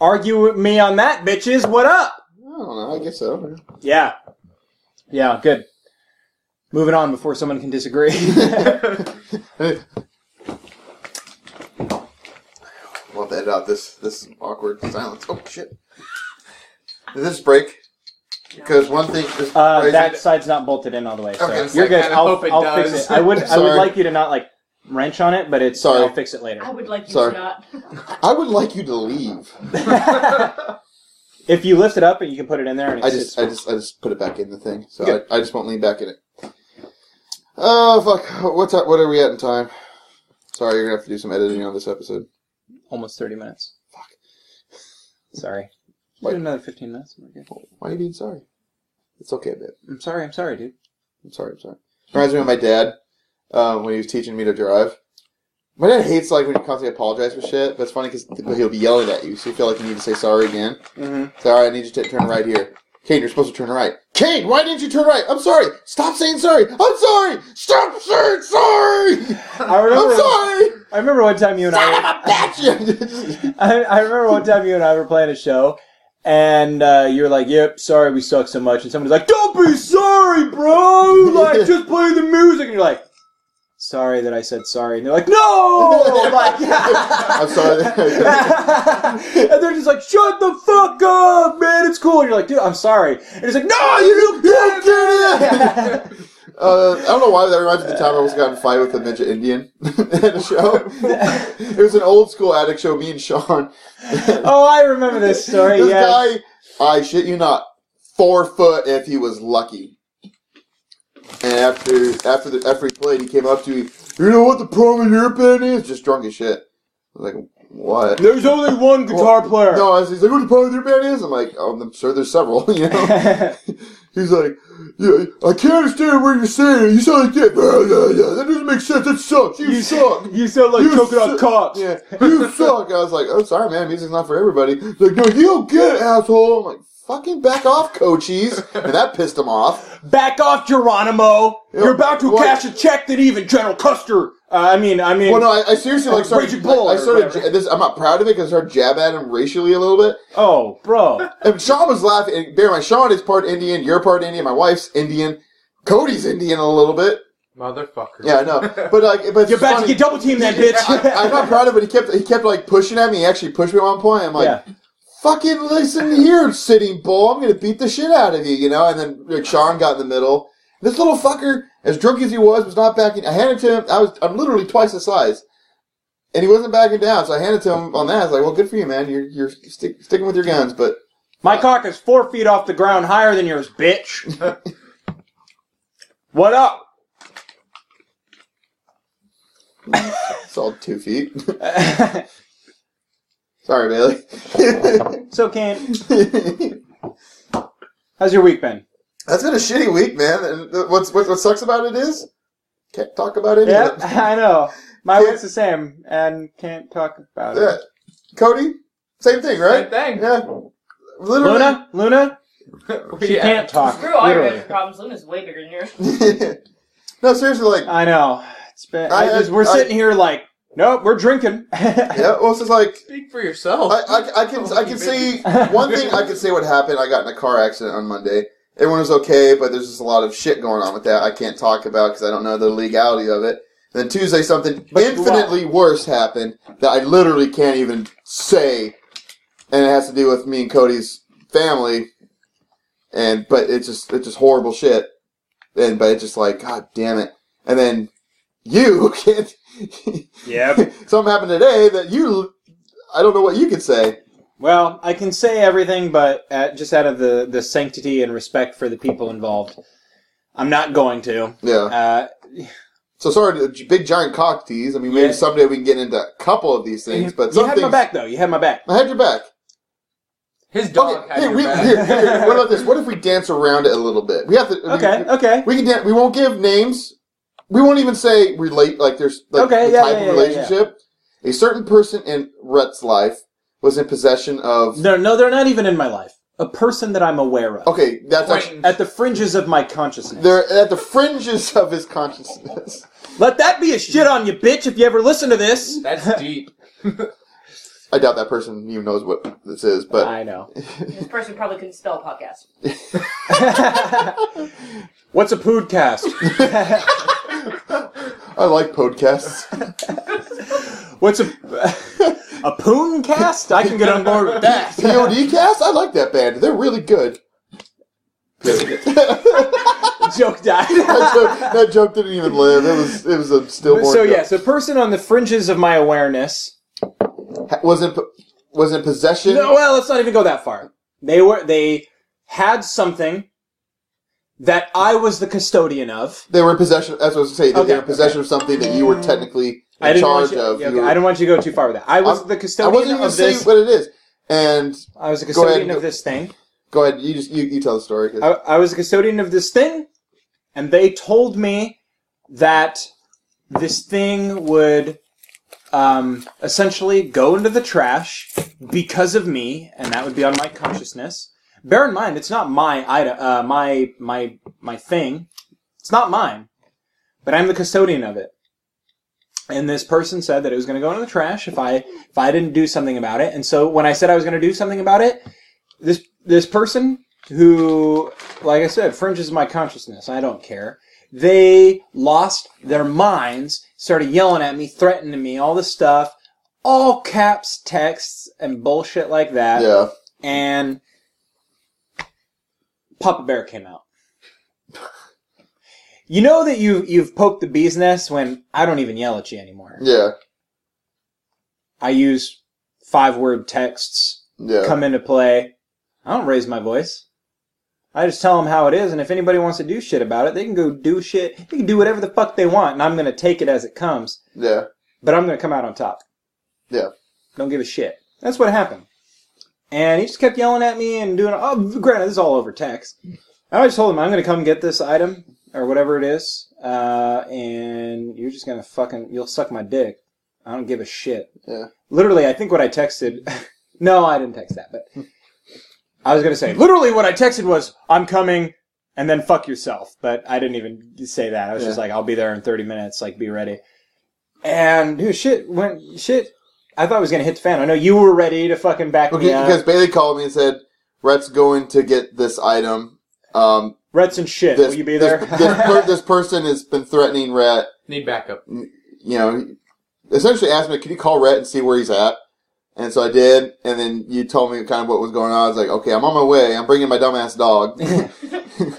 [SPEAKER 1] Argue with me on that, bitches. What up?
[SPEAKER 2] I don't know. I guess so.
[SPEAKER 1] Yeah. Yeah, good. Moving on before someone can disagree.
[SPEAKER 2] We'll have to edit out this this awkward silence. Oh shit! Did this break? Because one thing. This
[SPEAKER 1] uh,
[SPEAKER 2] crazy-
[SPEAKER 1] that side's not bolted in all the way, so
[SPEAKER 2] Okay, it's
[SPEAKER 1] you're
[SPEAKER 3] like,
[SPEAKER 1] good.
[SPEAKER 3] kinda
[SPEAKER 1] I'll,
[SPEAKER 3] hope it
[SPEAKER 1] I'll fix
[SPEAKER 3] does.
[SPEAKER 1] it. I would, I would
[SPEAKER 2] Sorry.
[SPEAKER 1] like you to not like wrench on it, but it's
[SPEAKER 2] Sorry.
[SPEAKER 1] I'll fix it later.
[SPEAKER 4] I would like you
[SPEAKER 2] Sorry.
[SPEAKER 4] to not.
[SPEAKER 2] I would like you to leave.
[SPEAKER 1] if you lift it up and you can put it in there, and it's,
[SPEAKER 2] I just I just I just put it back in the thing. So I, I just won't lean back in it. Oh fuck! What's up? What are we at in time? Sorry, you're gonna have to do some editing on this episode.
[SPEAKER 1] it's almost thirty minutes.
[SPEAKER 2] Fuck.
[SPEAKER 1] Sorry.
[SPEAKER 2] Wait.
[SPEAKER 1] Do another fifteen minutes. and we're good.
[SPEAKER 2] Why are you being sorry? It's okay, babe.
[SPEAKER 1] I'm sorry. I'm sorry, dude.
[SPEAKER 2] I'm sorry, I'm sorry. Reminds me of my dad um, when he was teaching me to drive. My dad hates like when you constantly apologize for shit, but it's funny because he'll be yelling at you, so you feel like you need to say sorry again.
[SPEAKER 1] Mhm.
[SPEAKER 2] So all right, I need you to turn right here. Kane, you're supposed to turn right. Kane, why didn't you turn right? I'm sorry. Stop saying sorry. I'm sorry. Stop saying sorry.
[SPEAKER 1] I remember.
[SPEAKER 2] I'm sorry.
[SPEAKER 1] I remember one time you and I.
[SPEAKER 2] Son of a bitch.
[SPEAKER 1] I, I remember one time you and I were playing a show, and uh, you were like, "Yep, sorry, we suck so much." And somebody's like, "Don't be sorry, bro. Like, just play the music." And you're like, "Sorry that I said sorry." And they're like, "No!" Like,
[SPEAKER 2] I'm sorry.
[SPEAKER 1] and they're just like, "Shut the fuck up, man. It's cool." And you're like, "Dude, I'm sorry." And he's like, "No, you don't get it." man."
[SPEAKER 2] Uh, I don't know why that reminds me of the time I almost got in a fight with a midget Indian at a show. it was an old school addict show. Me and Sean.
[SPEAKER 1] oh, I remember this story.
[SPEAKER 2] This
[SPEAKER 1] yeah.
[SPEAKER 2] guy, I shit you not, four foot if he was lucky. And after after the after he played, he came up to me. You know what the problem in your band is? Just drunk as shit. I was like, what?
[SPEAKER 1] There's only one guitar
[SPEAKER 2] Well,
[SPEAKER 1] player.
[SPEAKER 2] No, I was, he's like, what the problem with your band is? I'm like, oh, I'm sure there's several, you know? he's like, yeah, I can't understand what you're saying. You sound like that. Blah, blah, blah. That doesn't make sense. That sucks. You, suck.
[SPEAKER 1] You sound like
[SPEAKER 2] You
[SPEAKER 1] coconut
[SPEAKER 2] suck.
[SPEAKER 1] cocks.
[SPEAKER 2] Yeah, you suck. I was like, oh, sorry, man. Music's not for everybody. He's like, no, you don't get it, asshole. I'm like, fucking back off, coaches. And that pissed him off.
[SPEAKER 1] Back off, Geronimo!
[SPEAKER 2] Yeah,
[SPEAKER 1] You're about to
[SPEAKER 2] what?
[SPEAKER 1] cash a check that even General Custer. Uh, I mean, I mean.
[SPEAKER 2] Well, no, I, I seriously like started.
[SPEAKER 1] Raging Bull
[SPEAKER 2] I, I
[SPEAKER 1] or
[SPEAKER 2] started.
[SPEAKER 1] whatever.
[SPEAKER 2] j- This, I'm not proud of it because I started jab at him racially a little bit.
[SPEAKER 1] oh, bro.
[SPEAKER 2] And Sean was laughing. And bear in mind, Sean is part Indian. You're part Indian. My wife's Indian. Cody's Indian a little bit.
[SPEAKER 3] Motherfucker.
[SPEAKER 2] Yeah, I know. But like, but
[SPEAKER 1] You're
[SPEAKER 2] it's
[SPEAKER 1] about
[SPEAKER 2] funny.
[SPEAKER 1] to get double teamed, that bitch.
[SPEAKER 2] I, am not proud of it. He kept he kept like pushing at me. He actually pushed me at one point. I'm like,
[SPEAKER 1] Yeah.
[SPEAKER 2] fucking listen here, sitting bull. I'm gonna beat the shit out of you, you know. And then like, Sean got in the middle. This little fucker, as drunk as he was, was not backing. I handed to him. I was I'm literally twice the size, and he wasn't backing down. So I handed to him on that. I was like, well, good for you, man. You're you're stick, sticking with your guns, but.
[SPEAKER 1] My cock is four feet off the ground higher than yours, bitch. what up?
[SPEAKER 2] It's all two feet. Sorry, Bailey.
[SPEAKER 1] so, Kane, how's your week been?
[SPEAKER 2] That's been a shitty week, man. And th- what's, what, what sucks about it is can't talk about it.
[SPEAKER 1] Yep,
[SPEAKER 2] either.
[SPEAKER 1] I know. My
[SPEAKER 2] Can't-
[SPEAKER 1] week's the same, and can't talk about
[SPEAKER 2] Yeah.
[SPEAKER 1] it.
[SPEAKER 2] Cody, same thing, right?
[SPEAKER 3] Same thing.
[SPEAKER 2] Yeah. Literally.
[SPEAKER 1] Luna, Luna, she
[SPEAKER 3] Yeah.
[SPEAKER 1] can't talk.
[SPEAKER 4] Screw all your
[SPEAKER 1] Literally,
[SPEAKER 4] other problems. Luna's way bigger than yours.
[SPEAKER 2] no, seriously, like,
[SPEAKER 1] I know. It's been. I,
[SPEAKER 2] I-
[SPEAKER 1] just- we're
[SPEAKER 2] I-
[SPEAKER 1] sitting here like, nope, we're drinking.
[SPEAKER 2] yeah. Well, it's just like
[SPEAKER 3] Speak for yourself.
[SPEAKER 1] Uh,
[SPEAKER 2] I, I, I can
[SPEAKER 1] Oh,
[SPEAKER 2] I can see one thing. I can say what happened. I got in a car accident on Monday. Everyone was okay, but there's just a lot of shit going on with that. I can't talk about because I don't know the legality of it. Then Tuesday, something
[SPEAKER 1] But you
[SPEAKER 2] infinitely worse happened that I literally can't even say, and it has to do with me and Cody's family. And but it's just it's just horrible shit. And but it's just like God damn it. And then you can't.
[SPEAKER 1] yep.
[SPEAKER 2] something happened today that you. I don't know what you could say.
[SPEAKER 1] Well, I can say everything, but uh just out of the, the sanctity and respect for the people involved, I'm not going to.
[SPEAKER 2] Yeah.
[SPEAKER 1] Uh,
[SPEAKER 2] So sorry, to the big giant cock tease. I mean,
[SPEAKER 1] Yeah.
[SPEAKER 2] maybe someday we can get into a couple of these things, but
[SPEAKER 1] you
[SPEAKER 2] some
[SPEAKER 1] had my
[SPEAKER 2] things.
[SPEAKER 1] back, though. You had my back.
[SPEAKER 2] I had your back.
[SPEAKER 3] His
[SPEAKER 1] Oh,
[SPEAKER 3] dog
[SPEAKER 2] Okay.
[SPEAKER 3] had
[SPEAKER 2] Hey,
[SPEAKER 3] your
[SPEAKER 2] we,
[SPEAKER 3] back.
[SPEAKER 2] here, here, What about this? What if we dance around it a little bit? We have to.
[SPEAKER 1] Okay, okay.
[SPEAKER 2] We, we can. Dan- we won't give names. We won't even say relate. Like there's like
[SPEAKER 1] Okay,
[SPEAKER 2] the
[SPEAKER 1] yeah,
[SPEAKER 2] type
[SPEAKER 1] yeah,
[SPEAKER 2] of
[SPEAKER 1] yeah, yeah.
[SPEAKER 2] relationship. A certain person in Rhett's life was in possession of.
[SPEAKER 1] No, no, they're not even in my life. A person that I'm aware of.
[SPEAKER 2] Okay, that's actually.
[SPEAKER 1] At the fringes of my consciousness.
[SPEAKER 2] They're at the fringes of his consciousness.
[SPEAKER 1] Let that be a shit on you, bitch, if you ever listen to this.
[SPEAKER 3] That's deep.
[SPEAKER 2] I doubt that person even knows what this is, but
[SPEAKER 1] I know.
[SPEAKER 4] This person probably couldn't spell podcast.
[SPEAKER 1] What's a podcast?
[SPEAKER 2] I like podcasts.
[SPEAKER 1] What's a a poon cast? I can get on board with that.
[SPEAKER 2] POD cast? E I like that band. They're really good.
[SPEAKER 1] Joke died.
[SPEAKER 2] That joke, that joke didn't even live. It was it was a stillborn.
[SPEAKER 1] So
[SPEAKER 2] joke.
[SPEAKER 1] yes, a person on the fringes of my awareness.
[SPEAKER 2] Ha- was in po- was in possession.
[SPEAKER 1] No, well, let's not even go that far. They were they had something that I was the custodian of.
[SPEAKER 2] They were in possession. That's what I was saying. They
[SPEAKER 1] Okay,
[SPEAKER 2] were in possession of something that you were technically in
[SPEAKER 1] I didn't
[SPEAKER 2] charge
[SPEAKER 1] want you,
[SPEAKER 2] of.
[SPEAKER 1] yeah,
[SPEAKER 2] You
[SPEAKER 1] okay,
[SPEAKER 2] were-
[SPEAKER 1] I don't want you to go too far with that. I was
[SPEAKER 2] I'm-
[SPEAKER 1] the
[SPEAKER 2] I wasn't
[SPEAKER 1] custodian
[SPEAKER 2] even going
[SPEAKER 1] of
[SPEAKER 2] to say
[SPEAKER 1] this.
[SPEAKER 2] what it is. And
[SPEAKER 1] I was the
[SPEAKER 2] Go ahead,
[SPEAKER 1] custodian
[SPEAKER 2] go-
[SPEAKER 1] of this thing.
[SPEAKER 2] go ahead. You just you, you tell the story. 'cause-
[SPEAKER 1] I, I was a custodian of this thing, and they told me that this thing would um, essentially go into the trash because of me, and that would be on my consciousness. bear in mind, it's not my ida, uh, my my my thing. It's not mine, but I'm the custodian of it. And this person said that it was going to go in the trash if I if I didn't do something about it. And so when I said I was going to do something about it, this this person who, like I said, fringes my consciousness. I don't care. They lost their minds, started yelling at me, threatening me, all this stuff, all caps texts and bullshit like that
[SPEAKER 2] Yeah.
[SPEAKER 1] and Papa Bear came out. You know that you you've poked the bee's nest when I don't even yell at you anymore.
[SPEAKER 2] Yeah.
[SPEAKER 1] I use five word texts
[SPEAKER 2] Yeah.
[SPEAKER 1] come into play. I don't raise my voice. I just tell them how it is, and if anybody wants to do shit about it, they can go do shit. They can do whatever the fuck they want, and I'm gonna take it as it comes.
[SPEAKER 2] Yeah.
[SPEAKER 1] But I'm gonna come out on top.
[SPEAKER 2] Yeah.
[SPEAKER 1] Don't give a shit. That's what happened. And he just kept yelling at me and doing. Oh, granted, this is all over text. And I just told him I'm going to come get this item or whatever it is, uh, and you're just going to fucking you'll suck my dick. I don't give a shit.
[SPEAKER 2] Yeah.
[SPEAKER 1] Literally, I think what I texted. no, I didn't text that, but I was going to say literally what I texted was I'm coming. And then fuck yourself. But I didn't even say that. I was just
[SPEAKER 2] Yeah.
[SPEAKER 1] like, I'll be there in 30 minutes. Like, be ready. And dude, shit went shit. I thought it was gonna hit the fan. I know you were ready to fucking back
[SPEAKER 2] Okay,
[SPEAKER 1] me up.
[SPEAKER 2] Because Bailey called me and said, Rhett's going to get this item. Um,
[SPEAKER 1] Rhett's and shit.
[SPEAKER 2] this,
[SPEAKER 1] Will you be there?
[SPEAKER 2] this, this, per- this person has been threatening Rhett.
[SPEAKER 3] Need backup.
[SPEAKER 2] You know, essentially asked me, can you call Rhett and see where he's at? And so I did. And then you told me kind of what was going on. I was like, okay, I'm on my way. I'm bringing my dumbass dog.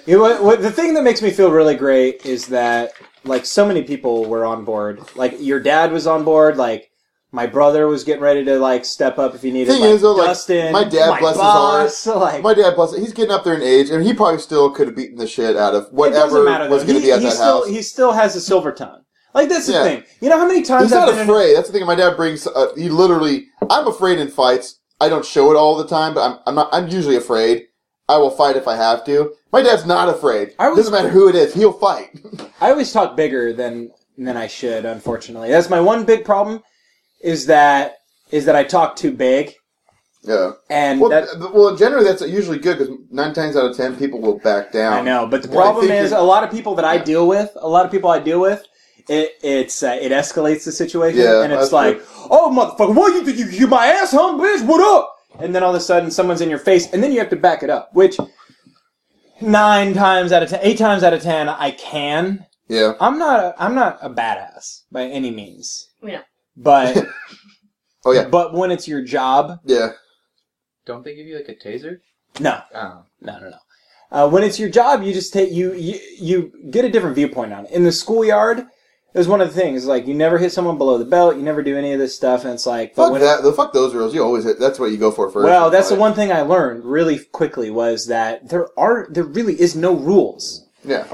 [SPEAKER 1] You know what, what, the thing that makes me feel really great is that like so many people were on board. Like your dad was on board. Like my brother was getting ready to like step up if he needed.
[SPEAKER 2] Thing
[SPEAKER 1] like,
[SPEAKER 2] is, though, like,
[SPEAKER 1] Dustin,
[SPEAKER 2] my dad
[SPEAKER 1] my
[SPEAKER 2] bless his
[SPEAKER 1] boss, Like
[SPEAKER 2] my dad, plus, he's getting up there in age, and he probably still could have beaten the shit out
[SPEAKER 1] it
[SPEAKER 2] of
[SPEAKER 1] doesn't
[SPEAKER 2] whatever
[SPEAKER 1] matter.
[SPEAKER 2] was
[SPEAKER 1] though.
[SPEAKER 2] going to
[SPEAKER 1] He-
[SPEAKER 2] be at
[SPEAKER 1] he
[SPEAKER 2] that
[SPEAKER 1] still,
[SPEAKER 2] house.
[SPEAKER 1] He still has a silver tongue. Like that's the
[SPEAKER 2] Yeah.
[SPEAKER 1] thing. You know how many times
[SPEAKER 2] He's
[SPEAKER 1] I've
[SPEAKER 2] not
[SPEAKER 1] been in-
[SPEAKER 2] afraid. That's the thing. My dad brings. Uh, he literally. I'm afraid in fights. I don't show it all the time, but I'm. I'm not. I'm usually afraid. I will fight if I have to. My dad's not afraid.
[SPEAKER 1] I was-
[SPEAKER 2] Doesn't matter who it is. He'll fight.
[SPEAKER 1] I always talk bigger than than I should. Unfortunately, that's my one big problem. Is that is that I talk too big,
[SPEAKER 2] yeah.
[SPEAKER 1] and
[SPEAKER 2] Well,
[SPEAKER 1] that,
[SPEAKER 2] th- well, generally that's usually good because nine times out of ten people will back down.
[SPEAKER 1] I know. But the
[SPEAKER 2] Well, I
[SPEAKER 1] problem
[SPEAKER 2] think
[SPEAKER 1] is
[SPEAKER 2] it-
[SPEAKER 1] a lot of people that I
[SPEAKER 2] Yeah.
[SPEAKER 1] deal with, a lot of people I deal with, it it's uh, it escalates the situation,
[SPEAKER 2] Yeah,
[SPEAKER 1] and it's
[SPEAKER 2] that's
[SPEAKER 1] like,
[SPEAKER 2] true.
[SPEAKER 1] oh motherfucker, what you you you my ass, huh, bitch? What up? And then all of a sudden, someone's in your face, and then you have to back it up, which. Nine times out of ten, eight times out of ten, I can.
[SPEAKER 2] Yeah.
[SPEAKER 1] I'm not. A, I'm not a badass by any means.
[SPEAKER 4] We know.
[SPEAKER 1] But
[SPEAKER 2] Oh yeah.
[SPEAKER 1] But when it's your job,
[SPEAKER 2] Yeah.
[SPEAKER 3] Don't they give you like a taser?
[SPEAKER 1] no,
[SPEAKER 3] Oh.
[SPEAKER 1] no, no, no. Uh, when it's your job, you just take you, you you get a different viewpoint on it. In the schoolyard, it was one of the things like you never hit someone below the belt, you never do any of this stuff, and it's like, but
[SPEAKER 2] Fuck
[SPEAKER 1] when,
[SPEAKER 2] that. The fuck those rules. You always hit. That's what you go for first.
[SPEAKER 1] well, that's the
[SPEAKER 2] But-
[SPEAKER 1] one thing I learned really quickly was that there are there really is no rules,
[SPEAKER 2] Yeah.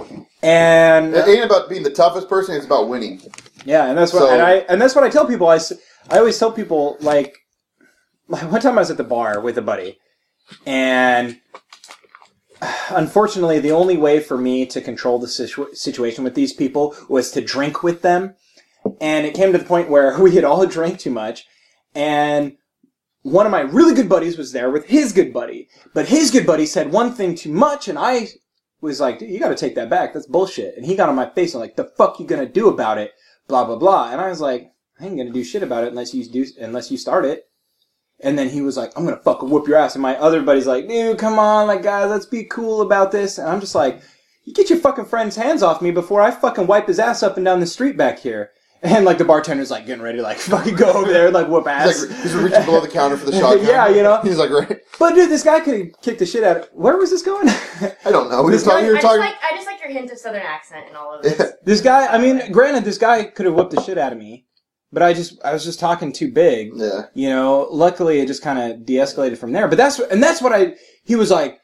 [SPEAKER 1] and
[SPEAKER 2] It ain't about being the toughest person. It's about winning.
[SPEAKER 1] Yeah, and that's what
[SPEAKER 2] So-
[SPEAKER 1] and I and that's what I tell people. I, s- I always tell people like, like one time I was at the bar with a buddy, and unfortunately, the only way for me to control the situ- situation with these people was to drink with them, and it came to the point where we had all drank too much, and one of my really good buddies was there with his good buddy, but his good buddy said one thing too much, and I was like, dude, you gotta take that back. That's bullshit. And he got on my face and like, the fuck you gonna do about it? Blah, blah, blah. And I was like, I ain't gonna do shit about it unless you do, unless you start it. And then he was like, I'm gonna fucking whoop your ass. And my other buddy's like, dude, come on, like guys, let's be cool about this. And I'm just like, you get your fucking friend's hands off me before I fucking wipe his ass up and down the street back here. And like the bartender's like getting ready to like fucking go over there and like whoop ass.
[SPEAKER 2] He's like he's reaching below the counter for the shotgun.
[SPEAKER 1] Yeah, you know.
[SPEAKER 2] He's like, right.
[SPEAKER 1] but dude, this guy could have kicked the shit out of. Where was this going?
[SPEAKER 2] I don't know. We were
[SPEAKER 1] This guy-
[SPEAKER 2] talking. We
[SPEAKER 4] I
[SPEAKER 2] were
[SPEAKER 4] just
[SPEAKER 2] talking.
[SPEAKER 4] like I just like your hint of southern accent and all of this.
[SPEAKER 1] This guy, I mean, granted, this guy could have whooped the shit out of me, but I just, I was just talking too big.
[SPEAKER 2] yeah.
[SPEAKER 1] You know, luckily it just kind of de-escalated from there. But that's, what- and that's what I, he was like,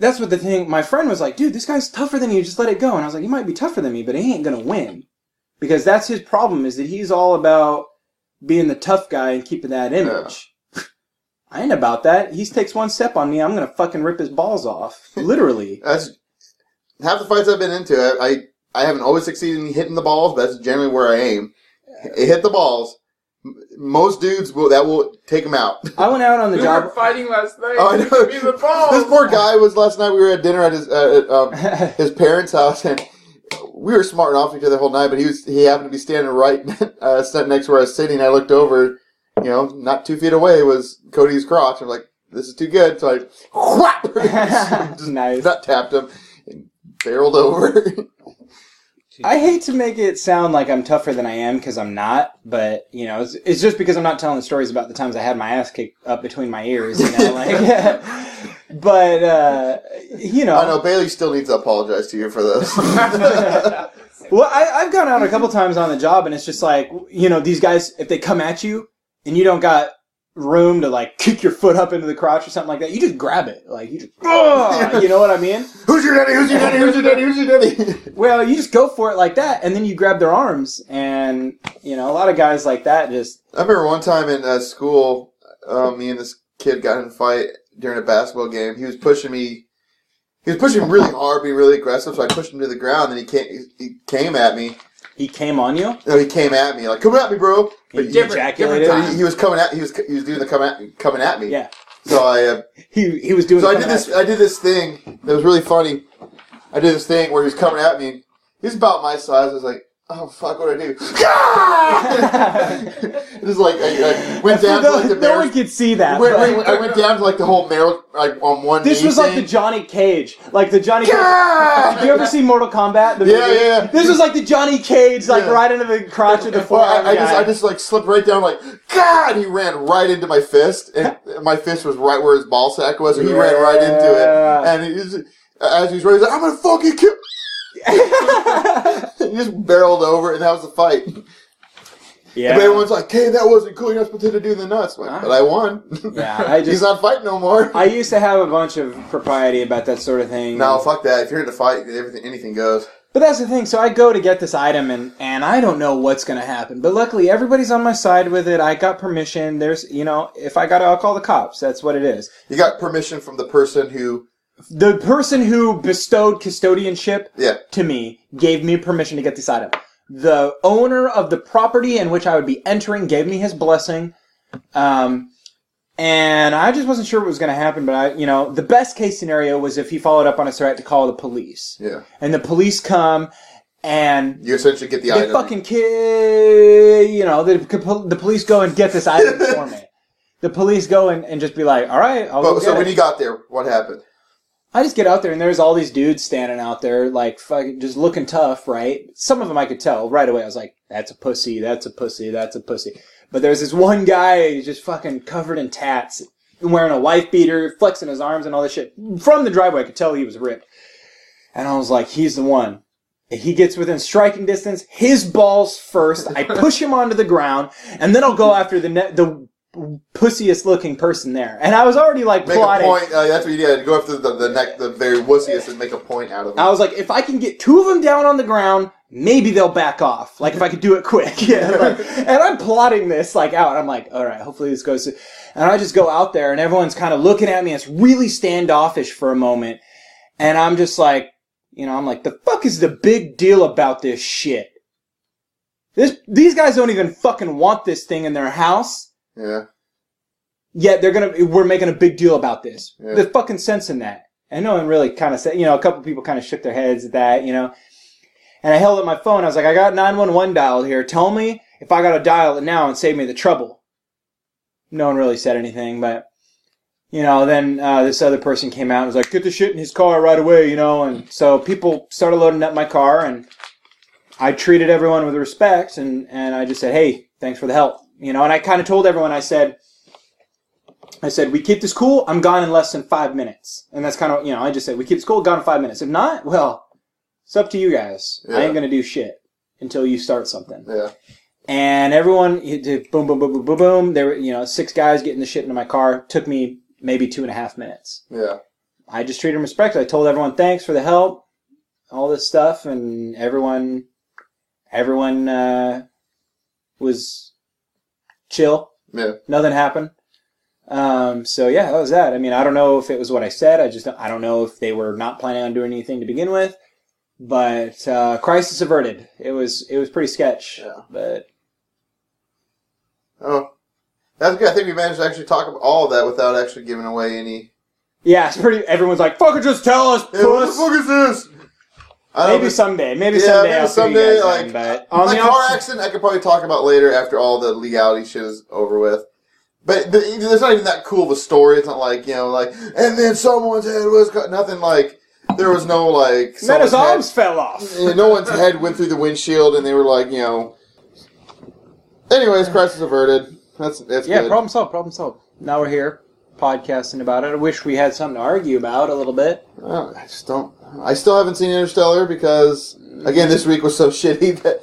[SPEAKER 1] that's what the thing, my friend was like, dude, this guy's tougher than you, just let it go. And I was like, he might be tougher than me, but he ain't gonna win. Because that's his problem, is that he's all about being the tough guy and keeping that image. I ain't about that. He takes one step on me, I'm gonna fucking rip his balls off. Literally.
[SPEAKER 2] That's half the fights I've been into. I, I I haven't always succeeded in hitting the balls, but that's generally where I aim. H- Hit the balls, m- most dudes will that will take them out.
[SPEAKER 1] I went out on the
[SPEAKER 3] We were
[SPEAKER 1] job.
[SPEAKER 3] fighting last night.
[SPEAKER 2] Oh, I
[SPEAKER 3] He
[SPEAKER 2] know.
[SPEAKER 3] gave me the ball.
[SPEAKER 2] This poor guy was last night. We were at dinner at his uh, at, um, his parents' house, and we were smarting off each other the whole night. But he was he happened to be standing right uh, sitting next to where I was sitting. I looked over, you know, not two feet away was Cody's crotch. I'm like, this is too good. So I whap, just
[SPEAKER 1] nice.
[SPEAKER 2] nut tapped him and barreled over.
[SPEAKER 1] I hate to make it sound like I'm tougher than I am because I'm not, but you know, it's, it's just because I'm not telling the stories about the times I had my ass kicked up between my ears, you know, like. but uh, you know,
[SPEAKER 2] I know Bailey still needs to apologize to you for this.
[SPEAKER 1] Well, I, I've gone out a couple times on the job, and it's just like you know these guys if they come at you and you don't got room to like kick your foot up into the crotch or something like that, you just grab it, like you just, "Ugh," you know what I mean?
[SPEAKER 2] Who's your daddy? Who's your daddy? Who's your daddy? Who's your daddy?
[SPEAKER 1] Well, you just go for it like that, and then you grab their arms, and you know a lot of guys like that just
[SPEAKER 2] I remember one time in uh, school, uh, me and this kid got in a fight during a basketball game. He was pushing me. He was pushing really hard, being really aggressive. So I pushed him to the ground, and he came. He came at me.
[SPEAKER 1] he came on you,
[SPEAKER 2] No, he came at me like, "Come at me, bro!"
[SPEAKER 1] he
[SPEAKER 2] But he,
[SPEAKER 3] different-
[SPEAKER 1] ejaculated,
[SPEAKER 3] different
[SPEAKER 2] he, he was coming at. He was he was doing the come at coming at me.
[SPEAKER 1] Yeah.
[SPEAKER 2] So I uh,
[SPEAKER 1] he he was doing.
[SPEAKER 2] so I
[SPEAKER 1] something
[SPEAKER 2] did this. uh,
[SPEAKER 1] like-
[SPEAKER 2] I did this thing that was really funny. I did this thing where he was coming at me. He was about my size. I was like, "Oh fuck, what do I do?" it was like I, I went
[SPEAKER 1] For
[SPEAKER 2] down to like
[SPEAKER 1] those-
[SPEAKER 2] the
[SPEAKER 1] no
[SPEAKER 2] bear
[SPEAKER 1] one could see that.
[SPEAKER 2] Wait,
[SPEAKER 1] but-
[SPEAKER 2] wait, wait, I went down to like the whole Meryl like on one.
[SPEAKER 1] This
[SPEAKER 2] knee
[SPEAKER 1] was like the
[SPEAKER 2] thing.
[SPEAKER 1] Johnny Cage, like the Johnny.
[SPEAKER 2] Yeah!
[SPEAKER 1] Did you ever see Mortal Kombat? The
[SPEAKER 2] Yeah,
[SPEAKER 1] movie?
[SPEAKER 2] yeah, yeah.
[SPEAKER 1] This was like the Johnny Cage, like
[SPEAKER 2] Yeah.
[SPEAKER 1] right into the crotch of the
[SPEAKER 2] Well,
[SPEAKER 1] forearm
[SPEAKER 2] I, I just,
[SPEAKER 1] guy.
[SPEAKER 2] I just like slipped right down, like God. He ran right into my fist, and my fist was right where his ball sack was. So he ran right into it,
[SPEAKER 1] Yeah.
[SPEAKER 2] and he was, as he's running, he's like, "I'm gonna fucking kill." he just barreled over, and that was the fight.
[SPEAKER 1] yeah,
[SPEAKER 2] But everyone's like, "Hey, that wasn't cool. You're not supposed to do the nuts." I'm like, but I won.
[SPEAKER 1] yeah. I
[SPEAKER 2] he's
[SPEAKER 1] just,
[SPEAKER 2] not fighting no more.
[SPEAKER 1] I used to have a bunch of propriety about that sort of thing.
[SPEAKER 2] no, fuck that. If you're in a fight, everything, anything goes.
[SPEAKER 1] But that's the thing. So I go to get this item, and and I don't know what's going to happen. But luckily, everybody's on my side with it. I got permission. There's, you know, if I got it, I'll call the cops. That's what it is.
[SPEAKER 2] You got permission from the person who,
[SPEAKER 1] The person who bestowed custodianship
[SPEAKER 2] yeah,
[SPEAKER 1] to me gave me permission to get this item. The owner of the property in which I would be entering gave me his blessing. Um, and I just wasn't sure what was going to happen, but I, you know, the best case scenario was if he followed up on a threat to call the police.
[SPEAKER 2] yeah.
[SPEAKER 1] And the police come and
[SPEAKER 2] You essentially get the
[SPEAKER 1] they
[SPEAKER 2] item.
[SPEAKER 1] fucking kid, you know, the, the police go and get this item for me. The police go and, and just be like, all right, I'll go
[SPEAKER 2] But,
[SPEAKER 1] get
[SPEAKER 2] so
[SPEAKER 1] it."
[SPEAKER 2] when you got there, what happened?
[SPEAKER 1] I just get out there and there's all these dudes standing out there, like fucking just looking tough, right? Some of them I could tell right away. I was like, "That's a pussy. That's a pussy. That's a pussy." But there's this one guy who's just fucking covered in tats, wearing a wife beater, flexing his arms and all this shit. From the driveway, I could tell he was ripped, and I was like, "He's the one." He gets within striking distance. His balls first. I push him onto the ground, and then I'll go after the ne- the pussiest looking person there. And I was already like
[SPEAKER 2] Make
[SPEAKER 1] plotting.
[SPEAKER 2] a point. Uh, that's what you did. Go after the, the neck, the very wussiest, and make a point out of
[SPEAKER 1] I
[SPEAKER 2] it.
[SPEAKER 1] was like, if I can get two of them down on the ground, maybe they'll back off. Like if I could do it quick. Yeah. like- and I'm plotting this like out. I'm like, all right, hopefully this goes. To... And I just go out there, and everyone's kind of looking at me. It's really standoffish for a moment, and I'm just like, you know, I'm like, the fuck is the big deal about this shit? This these guys don't even fucking want this thing in their house
[SPEAKER 2] Yeah.
[SPEAKER 1] yet they're gonna we're making a big deal about this.
[SPEAKER 2] Yeah.
[SPEAKER 1] There's fucking sense in that. And no one really kind of said, you know, a couple people kind of shook their heads at that, you know. And I held up my phone. I was like, I got 911 dialed here. Tell me if I got to dial it now and save me the trouble. No one really said anything, but you know, then uh, this other person came out and was like, "Get the shit in his car right away," you know. And so people started loading up my car, and I treated everyone with respect, and and I just said, "Hey, thanks for the help," you know. And I kind of told everyone, I said, I said, we keep this cool, I'm gone in less than five minutes. And that's kind of, you know, I just said, we keep this cool, gone in five minutes. If not, well, it's up to you guys. I
[SPEAKER 2] Yeah.
[SPEAKER 1] ain't going to do shit until you start something.
[SPEAKER 2] Yeah.
[SPEAKER 1] And everyone, it did boom, boom, boom, boom, boom, boom. There were, you know, six guys getting the shit into my car. Took me maybe two and a half minutes.
[SPEAKER 2] Yeah.
[SPEAKER 1] I just treated them respect. I told everyone thanks for the help, all this stuff, and everyone, everyone uh, was chill.
[SPEAKER 2] Yeah.
[SPEAKER 1] Nothing happened. Um, so yeah, that was that. I mean, I don't know if it was what I said. I just I don't know if they were not planning on doing anything to begin with. But uh, crisis averted. It was it was pretty sketch.
[SPEAKER 2] Yeah.
[SPEAKER 1] But
[SPEAKER 2] Oh, that's good. I think we managed to actually talk about all of that without actually giving away any.
[SPEAKER 1] Yeah, it's pretty. Everyone's like, "Fucking just tell us,
[SPEAKER 2] Hey, what the
[SPEAKER 1] puss."
[SPEAKER 2] fuck is this? I don't
[SPEAKER 1] Maybe
[SPEAKER 2] know,
[SPEAKER 1] someday, maybe
[SPEAKER 2] Yeah,
[SPEAKER 1] someday,
[SPEAKER 2] maybe
[SPEAKER 1] I'll
[SPEAKER 2] someday,
[SPEAKER 1] someday, you guys then,
[SPEAKER 2] like,
[SPEAKER 1] but
[SPEAKER 2] but-
[SPEAKER 1] on
[SPEAKER 2] my
[SPEAKER 1] the
[SPEAKER 2] car
[SPEAKER 1] off-
[SPEAKER 2] accident, I could probably talk about later after all the legality shit is over with. But the, it's not even that cool of a story. It's not like you know, like and then someone's head was cut. Nothing like there was no
[SPEAKER 1] then
[SPEAKER 2] like. someone's
[SPEAKER 1] his
[SPEAKER 2] head-
[SPEAKER 1] arms fell off.
[SPEAKER 2] Yeah, no one's head went through the windshield, and they were like, you know. Anyways, crisis averted. That's that's
[SPEAKER 1] Yeah,
[SPEAKER 2] good.
[SPEAKER 1] problem solved. Problem solved. Now we're here podcasting about it. I wish we had something to argue about a little bit.
[SPEAKER 2] Uh, I just don't. I still haven't seen Interstellar because again, this week was so shitty that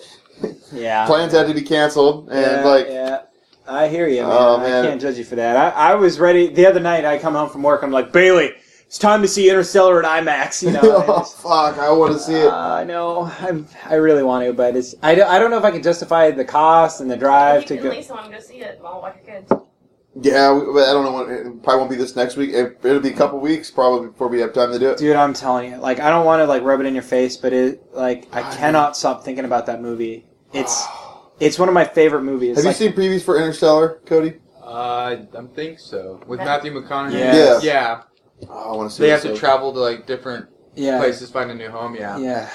[SPEAKER 1] Yeah,
[SPEAKER 2] plans had to be canceled, and
[SPEAKER 1] yeah,
[SPEAKER 2] like
[SPEAKER 1] yeah. I hear you, man.
[SPEAKER 2] Oh, man.
[SPEAKER 1] I can't judge you for that. I, I was ready the other night. I come home from work. I'm like Bailey. It's time to see Interstellar at IMAX. You know. and
[SPEAKER 2] oh
[SPEAKER 1] it's-
[SPEAKER 2] fuck, I want to see it.
[SPEAKER 1] Uh, no, I I really want to, but it's I don't, I don't know if I can justify the cost and the drive
[SPEAKER 4] you
[SPEAKER 1] to
[SPEAKER 4] can
[SPEAKER 1] go.
[SPEAKER 4] lease one, go see it. I'll watch your kids.
[SPEAKER 2] yeah, we, but I don't know when. It probably won't be this next week. It, it'll be a couple weeks probably before we have time to do it.
[SPEAKER 1] Dude, I'm telling you, like I don't want to like rub it in your face, but it like I
[SPEAKER 2] I
[SPEAKER 1] cannot stop thinking about that movie. It's it's one of my favorite movies.
[SPEAKER 2] have
[SPEAKER 1] like,
[SPEAKER 2] you seen previews for Interstellar, Cody?
[SPEAKER 3] Uh, I think so. With
[SPEAKER 4] That-
[SPEAKER 3] Matthew McConaughey.
[SPEAKER 1] Yes.
[SPEAKER 3] Yeah.
[SPEAKER 2] Oh, I want to see.
[SPEAKER 3] They
[SPEAKER 2] it
[SPEAKER 3] have
[SPEAKER 2] so
[SPEAKER 3] to travel to like different
[SPEAKER 1] yeah,
[SPEAKER 3] places, find a new home. Yeah.
[SPEAKER 1] yeah.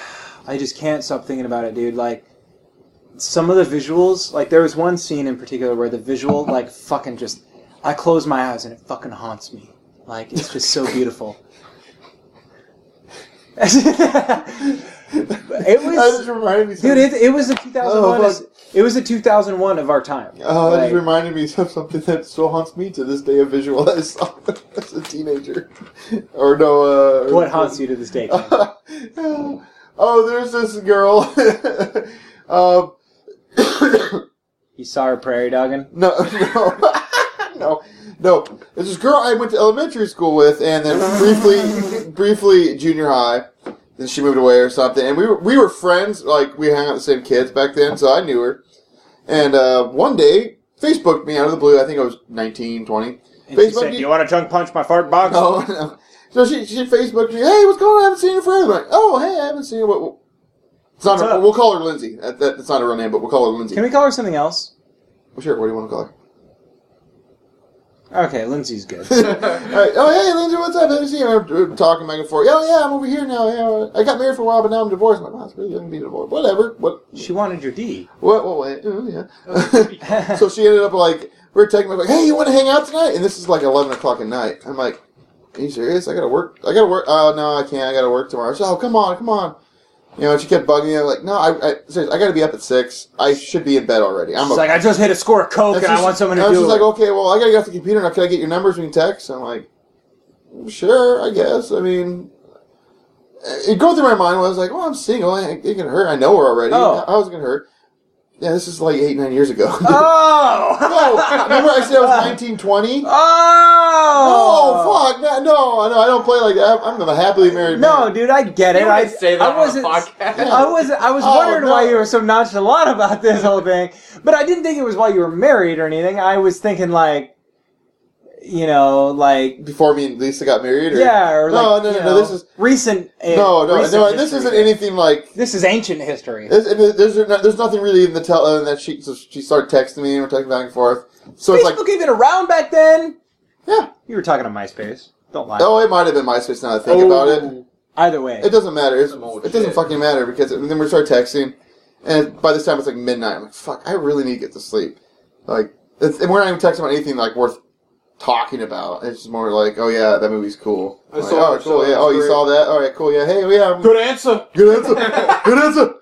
[SPEAKER 1] I just can't stop thinking about it, dude. Like some of the visuals, like there was one scene in particular where the visual, like fucking just, I close my eyes and it fucking haunts me. Like it's just so beautiful. it was.
[SPEAKER 2] that just reminded me.
[SPEAKER 1] Dude,
[SPEAKER 2] Something.
[SPEAKER 1] it, it was a 2001.
[SPEAKER 2] Oh,
[SPEAKER 1] is- it was a 2001 of our time.
[SPEAKER 2] Oh, that just
[SPEAKER 1] Like,
[SPEAKER 2] reminded me of something that still haunts me to this day. A visual I saw as a teenager, or no, uh,
[SPEAKER 1] what haunts you to this day? Ken?
[SPEAKER 2] oh, there's this girl. um,
[SPEAKER 1] you saw her prairie dogging.
[SPEAKER 2] no, no, no, no. There's this girl I went to elementary school with, and then briefly, briefly junior high. Then she moved away or something, and we were we were friends. Like we hung out with the same kids back then, so I knew her. And uh, one day, Facebook me out of the blue. I think I was 19, 20.
[SPEAKER 1] And she
[SPEAKER 2] Facebook,
[SPEAKER 1] said,
[SPEAKER 2] you-
[SPEAKER 1] "Do you want to tongue punch my fart box?"
[SPEAKER 2] No, no. So she she Facebooked me. Hey, what's going on? I haven't seen you in forever. Like, oh, hey, I haven't seen you. What? what- It's not.
[SPEAKER 1] What's
[SPEAKER 2] Her,
[SPEAKER 1] up?
[SPEAKER 2] we'll call her Lindsay. That, that, that's not her real name, but we'll call her Lindsay.
[SPEAKER 1] Can we call her something else?
[SPEAKER 2] Well, sure. What do you want to call her?
[SPEAKER 1] Okay, Lindsay's good.
[SPEAKER 2] All right. Oh, hey, Lindsay, what's up? Haven't seen you. We're- we're talking back and forth. Oh, yeah, I'm over here now. Yeah, I got married for a while, but now I'm divorced. I'm like, wow, it's really going to be divorced. Whatever. What?
[SPEAKER 1] she wanted your D.
[SPEAKER 2] What? What? Wait. Oh, yeah. so she ended up like we were texting like, "Hey, you want to hang out tonight?" And this is like eleven o'clock at night. I'm like, "Are you serious? I gotta work. I gotta work. Oh no, I can't. I gotta work tomorrow." So oh, come on, come on. You know, and she kept bugging me. I'm like, "No, I, I, seriously, I gotta be up at six. I should be in bed already." I'm
[SPEAKER 1] She's like, "I just hit a score of coke, and I want someone to
[SPEAKER 2] I was
[SPEAKER 1] do it."
[SPEAKER 2] just like, "Okay, well, I gotta get off the computer now. Can I get your numbers when you text?" I'm like, "Sure, I guess. I mean." It going through my mind was like, well, I'm single. It it can hurt. I know her already.
[SPEAKER 1] Oh.
[SPEAKER 2] How's it gonna hurt? Yeah, this is like eight, nine years ago.
[SPEAKER 1] oh,
[SPEAKER 2] No, remember I said I was 19, 20?
[SPEAKER 1] Oh,
[SPEAKER 2] Oh, fuck. No, no, no, I don't play like that. I'm a happily married
[SPEAKER 1] No,
[SPEAKER 2] man.
[SPEAKER 1] dude, I get
[SPEAKER 3] You
[SPEAKER 1] it.
[SPEAKER 3] wouldn't
[SPEAKER 1] I
[SPEAKER 3] say that
[SPEAKER 1] I
[SPEAKER 3] on a
[SPEAKER 1] wasn't.
[SPEAKER 3] podcast.
[SPEAKER 1] I was. I was
[SPEAKER 2] Oh,
[SPEAKER 1] wondering
[SPEAKER 2] no.
[SPEAKER 1] why you were so nonchalant about this whole thing, but I didn't think it was while you were married or anything. I was thinking like, you know, like
[SPEAKER 2] Before me and Lisa got married? Or?
[SPEAKER 1] yeah, or
[SPEAKER 2] No,
[SPEAKER 1] like
[SPEAKER 2] no,
[SPEAKER 1] you
[SPEAKER 2] no, no,
[SPEAKER 1] know,
[SPEAKER 2] this is-
[SPEAKER 1] recent. eh,
[SPEAKER 2] No, no,
[SPEAKER 1] recent
[SPEAKER 2] no. This
[SPEAKER 1] history.
[SPEAKER 2] isn't anything like.
[SPEAKER 1] This is ancient history.
[SPEAKER 2] There's, there's, there's nothing really in the tell other than that she, so she started texting me and we're texting back and forth. So it's
[SPEAKER 1] Facebook
[SPEAKER 2] like,
[SPEAKER 1] even around back then.
[SPEAKER 2] yeah.
[SPEAKER 1] You were talking on MySpace. Don't lie. Oh.
[SPEAKER 2] Oh, it might have been MySpace now that I think about it.
[SPEAKER 1] Either way,
[SPEAKER 2] It doesn't matter. It's,
[SPEAKER 3] Oh. Some old
[SPEAKER 2] it doesn't
[SPEAKER 3] shit.
[SPEAKER 2] fucking matter because it, then we start texting, and by this time it's like midnight. I'm like, fuck, I really need to get to sleep. Like, it's, and we're not even texting about anything like worth talking about. It's just more like, oh yeah, that movie's cool.
[SPEAKER 3] I
[SPEAKER 2] Like,
[SPEAKER 3] saw
[SPEAKER 2] oh,
[SPEAKER 3] it,
[SPEAKER 2] cool,
[SPEAKER 3] so
[SPEAKER 2] yeah.
[SPEAKER 3] it
[SPEAKER 2] Oh,
[SPEAKER 3] was
[SPEAKER 2] you
[SPEAKER 3] great.
[SPEAKER 2] saw that? All right, cool. Yeah. Hey, yeah. I'm-
[SPEAKER 3] Good answer.
[SPEAKER 2] Good answer. Good answer.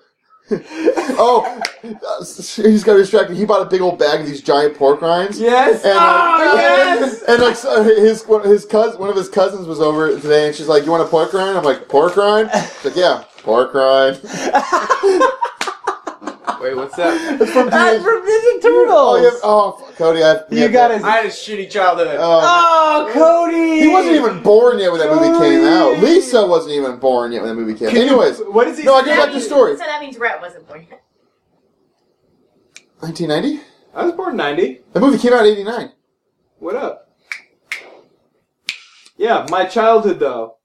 [SPEAKER 2] oh, uh, he just got distracted. He bought a big old bag of these giant pork rinds.
[SPEAKER 3] Yes.
[SPEAKER 2] And, like,
[SPEAKER 3] oh, yes.
[SPEAKER 2] and like so uh, his one- his cousin, one of his cousins was over today, and she's like, "You want a pork rind?" I'm like, "Pork rind?" She's like, "Yeah, pork rind."
[SPEAKER 3] Wait, what's that?
[SPEAKER 2] It's from
[SPEAKER 1] that's
[SPEAKER 2] Teenage-
[SPEAKER 1] from Ninja Turtles.
[SPEAKER 2] Oh, yeah. oh, fuck, Cody, I
[SPEAKER 1] You got his.
[SPEAKER 3] I had a shitty childhood.
[SPEAKER 2] Oh,
[SPEAKER 1] oh, Cody.
[SPEAKER 2] he wasn't even born yet when that movie came out.
[SPEAKER 1] Cody.
[SPEAKER 2] Lisa wasn't even born yet when that movie came. out.
[SPEAKER 1] Can you-
[SPEAKER 2] Anyways,
[SPEAKER 1] what is he?
[SPEAKER 2] No, I
[SPEAKER 1] saying?
[SPEAKER 2] just like the story.
[SPEAKER 4] So that means Rhett wasn't born yet.
[SPEAKER 2] 1990.
[SPEAKER 3] I was born in ninety.
[SPEAKER 2] That movie came out in '89.
[SPEAKER 3] What up? Yeah, my childhood though.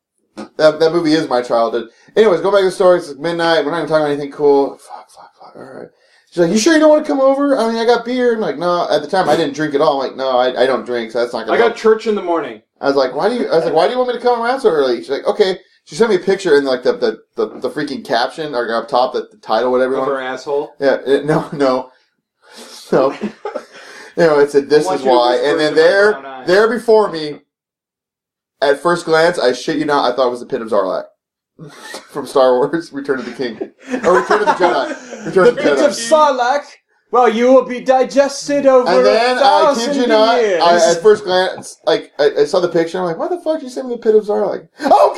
[SPEAKER 2] That, that movie is my childhood. Anyways, go back to the story. It's midnight. We're not even talking about anything cool. Fuck, fuck, fuck. All right. She's like, you sure you don't want to come over? I mean, I got beer. I'm like, no. At the time, I didn't drink at all. I'm like, no, I, I don't drink, so that's not
[SPEAKER 3] I
[SPEAKER 2] gonna. help.
[SPEAKER 3] got church in the morning.
[SPEAKER 2] I was like, why do you? I was like, why do you want me to come around so early? She's like, okay. She sent me a picture and like the the, the, the freaking caption or up top the, the title whatever. you
[SPEAKER 3] Of
[SPEAKER 2] want.
[SPEAKER 3] her asshole.
[SPEAKER 2] Yeah, it, no, no, no. you know, it said this
[SPEAKER 3] I want
[SPEAKER 2] is
[SPEAKER 3] you to
[SPEAKER 2] why,
[SPEAKER 3] whisper
[SPEAKER 2] and then
[SPEAKER 3] into my brown
[SPEAKER 2] there,
[SPEAKER 3] eye.
[SPEAKER 2] there before me, at first glance, I shit you not, I thought it was the pit of Zarlak from Star Wars: Return of the King or Return of the Jedi. Return
[SPEAKER 1] the
[SPEAKER 2] of the
[SPEAKER 1] pit of
[SPEAKER 2] Jedi.
[SPEAKER 1] Sarlacc. Well, you will be digested over
[SPEAKER 2] And
[SPEAKER 1] a
[SPEAKER 2] then I
[SPEAKER 1] thousand
[SPEAKER 2] kid you not,
[SPEAKER 1] years.
[SPEAKER 2] I, at first glance, like I, I saw the picture, I'm like, why the fuck did you send me the pit of Zarlak? Oh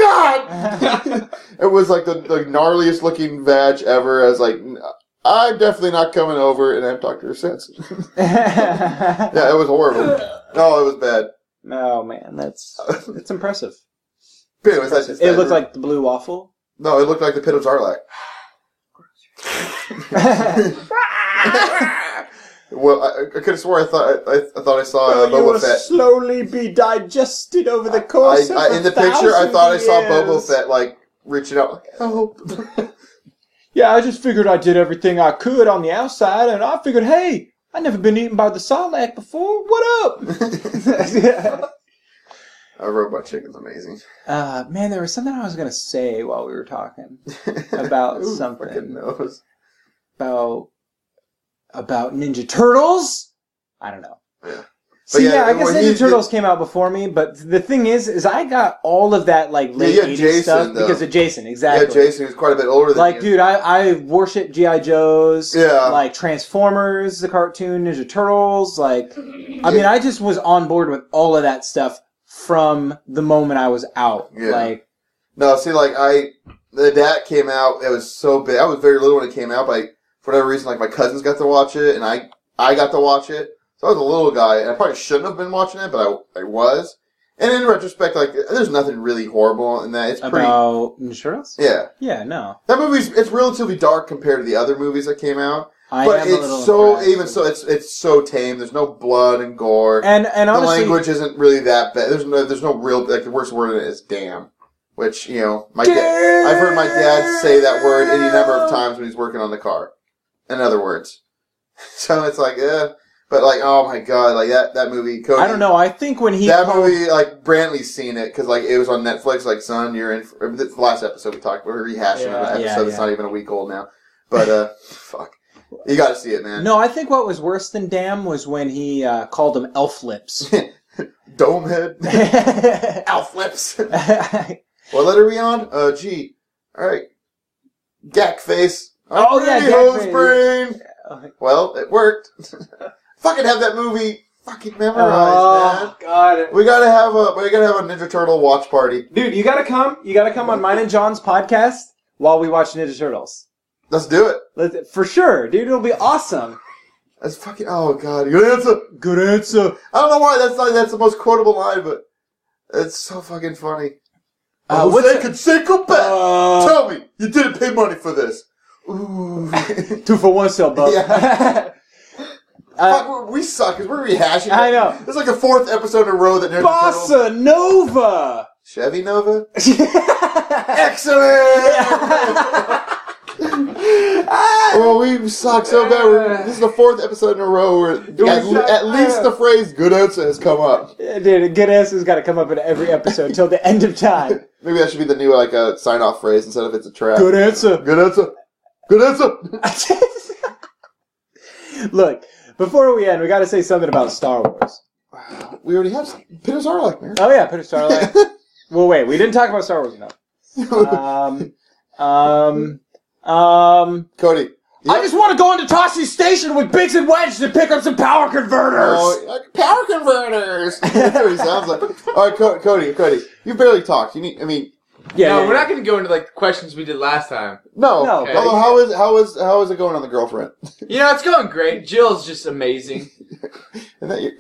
[SPEAKER 2] God! It was like the, the gnarliest looking vag ever. I was like, "N- I'm definitely not coming over, and I haven't talked to her since. yeah, it was horrible. No, it was bad.
[SPEAKER 1] oh man, that's that's impressive.
[SPEAKER 2] But anyways, that's just
[SPEAKER 1] It
[SPEAKER 2] that.
[SPEAKER 1] looked like the blue waffle.
[SPEAKER 2] no, it looked like the pit of Zarlak. well, I, I could have swore I thought I, I thought I saw uh,
[SPEAKER 1] you will
[SPEAKER 2] Boba Fett.
[SPEAKER 1] slowly be digested over the course
[SPEAKER 2] I, I,
[SPEAKER 1] of
[SPEAKER 2] in the picture, I thought I saw Boba
[SPEAKER 1] Bobo
[SPEAKER 2] Fett like reaching out. Like, oh,
[SPEAKER 1] Yeah, I just figured I did everything I could on the outside, and I figured, hey, I never been eaten by the Sarlacc before. What up?
[SPEAKER 2] a robot chicken's amazing.
[SPEAKER 1] Uh, man, there was something I was gonna say while we were talking About
[SPEAKER 2] Who
[SPEAKER 1] something.
[SPEAKER 2] fucking knows.
[SPEAKER 1] about about Ninja Turtles. I don't know.
[SPEAKER 2] Yeah.
[SPEAKER 1] See,
[SPEAKER 2] But yeah,
[SPEAKER 1] yeah, I guess
[SPEAKER 2] well,
[SPEAKER 1] Ninja
[SPEAKER 2] he's-
[SPEAKER 1] Turtles came out before me, but the thing is, is I got all of that like late
[SPEAKER 2] you had
[SPEAKER 1] 80s
[SPEAKER 2] Jason,
[SPEAKER 1] stuff
[SPEAKER 2] though.
[SPEAKER 1] because of Jason,
[SPEAKER 2] Yeah,
[SPEAKER 1] exactly.
[SPEAKER 2] Jason was quite a bit older than
[SPEAKER 1] Like,
[SPEAKER 2] you.
[SPEAKER 1] dude, I, I worship G.I. Joe's,
[SPEAKER 2] Yeah.
[SPEAKER 1] like Transformers, the cartoon, Ninja Turtles, like, I mean, I just was on board with all of that stuff from the moment I was out.
[SPEAKER 2] Yeah.
[SPEAKER 1] Like,
[SPEAKER 2] No, see, like I, the that came out. It was so big. I was very little when it came out. But like, for whatever reason, like my cousins got to watch it, and I, I got to watch it. So I was a little guy, and I probably shouldn't have been watching it, but I, I was. And in retrospect, like, there's nothing really horrible in that. It's pretty,
[SPEAKER 1] about Ninja Turtles?
[SPEAKER 2] yeah.
[SPEAKER 1] Yeah, no.
[SPEAKER 2] That movie's it's relatively dark compared to the other movies that came out,
[SPEAKER 1] I
[SPEAKER 2] but
[SPEAKER 1] am a little
[SPEAKER 2] it's so
[SPEAKER 1] impressed.
[SPEAKER 2] even so it's it's so tame. There's no blood and gore.
[SPEAKER 1] And and
[SPEAKER 2] the
[SPEAKER 1] honestly,
[SPEAKER 2] language isn't really that bad. There's no there's no real like the worst word in it is damn, which you know my dad. I've heard my dad say that word any number of times when he's working on the car. In other words, so it's like, eh. But like, oh my god, like that that movie. Cody,
[SPEAKER 1] I don't know. I think when he
[SPEAKER 2] That
[SPEAKER 1] called-
[SPEAKER 2] movie, like Brantley's seen it because like it was on Netflix. Like, son, you're in. For, the last episode we talked, we're rehashing an
[SPEAKER 3] Yeah,
[SPEAKER 2] episode
[SPEAKER 1] yeah,
[SPEAKER 2] that's
[SPEAKER 1] yeah.
[SPEAKER 2] not even a week old now. But uh, fuck, you got to see it, man.
[SPEAKER 1] no, I think what was worse than damn was when he uh, called him elf lips.
[SPEAKER 2] Dome head, elf lips. What letter are we on? Uh, G. All right. Gack face.
[SPEAKER 1] Oh, yeah,
[SPEAKER 2] Pretty
[SPEAKER 1] gack
[SPEAKER 2] hose
[SPEAKER 1] face.
[SPEAKER 2] brain.
[SPEAKER 1] Yeah.
[SPEAKER 2] Well, it worked. fucking have that movie fucking memorized,
[SPEAKER 3] Oh God,
[SPEAKER 2] man. We gotta have a we gotta have a Ninja Turtle watch party.
[SPEAKER 3] dude, you gotta come.
[SPEAKER 1] you got to come on mine and John's podcast while we watch Ninja Turtles.
[SPEAKER 2] Let's do it.
[SPEAKER 1] Let's, for sure, dude. It'll be awesome.
[SPEAKER 2] That's fucking. Oh god, good answer.
[SPEAKER 1] Good answer.
[SPEAKER 2] I don't know why that's like that's the most quotable line, but it's so fucking funny.
[SPEAKER 1] Uh,
[SPEAKER 2] Jose
[SPEAKER 1] what's
[SPEAKER 2] can single back.
[SPEAKER 1] Uh,
[SPEAKER 2] Tell me, you didn't pay money for this. Ooh.
[SPEAKER 1] Two for one sale, bub.
[SPEAKER 2] Yeah.
[SPEAKER 1] Uh,
[SPEAKER 2] Fuck, we're- we suck because we're rehashing.
[SPEAKER 1] I
[SPEAKER 2] it.
[SPEAKER 1] know.
[SPEAKER 2] It's like the fourth episode in a row that Ninja Turtles.
[SPEAKER 1] Bossa Nova.
[SPEAKER 2] Chevy Nova.
[SPEAKER 1] yeah.
[SPEAKER 2] Excellent. well, we suck so bad. We're, this is the fourth episode in a row where at, le-
[SPEAKER 1] suck.
[SPEAKER 2] at least the phrase "good answer" has come up.
[SPEAKER 1] Dude, a good answer's got to come up in every episode till the end of time.
[SPEAKER 2] Maybe that should be the new like uh, sign-off phrase instead of "it's a trap."
[SPEAKER 1] Good answer.
[SPEAKER 2] Good answer. Good answer.
[SPEAKER 1] Look, before we end, we got to say something about Star Wars.
[SPEAKER 2] we already have Peter Zarlak, man.
[SPEAKER 1] Oh yeah, Peter Starlight. well, wait, we didn't talk about Star Wars enough. Um, um, um.
[SPEAKER 2] Cody. you
[SPEAKER 1] I just want to go into Toshi Station with Biggs and Wedge to pick up some power converters.
[SPEAKER 2] Oh, like, power converters. That's what he sounds like. All right, Co- Cody, Cody, you barely talked. You need, I mean,
[SPEAKER 1] yeah,
[SPEAKER 3] no,
[SPEAKER 1] yeah,
[SPEAKER 3] we're
[SPEAKER 1] yeah.
[SPEAKER 3] not gonna go into like the questions we did last time.
[SPEAKER 2] no.
[SPEAKER 1] No,
[SPEAKER 2] Although,
[SPEAKER 3] Okay.
[SPEAKER 2] Oh, how is how is how is it going on the girlfriend?
[SPEAKER 3] You know, it's going great. Jill's just amazing.
[SPEAKER 2] Isn't that your-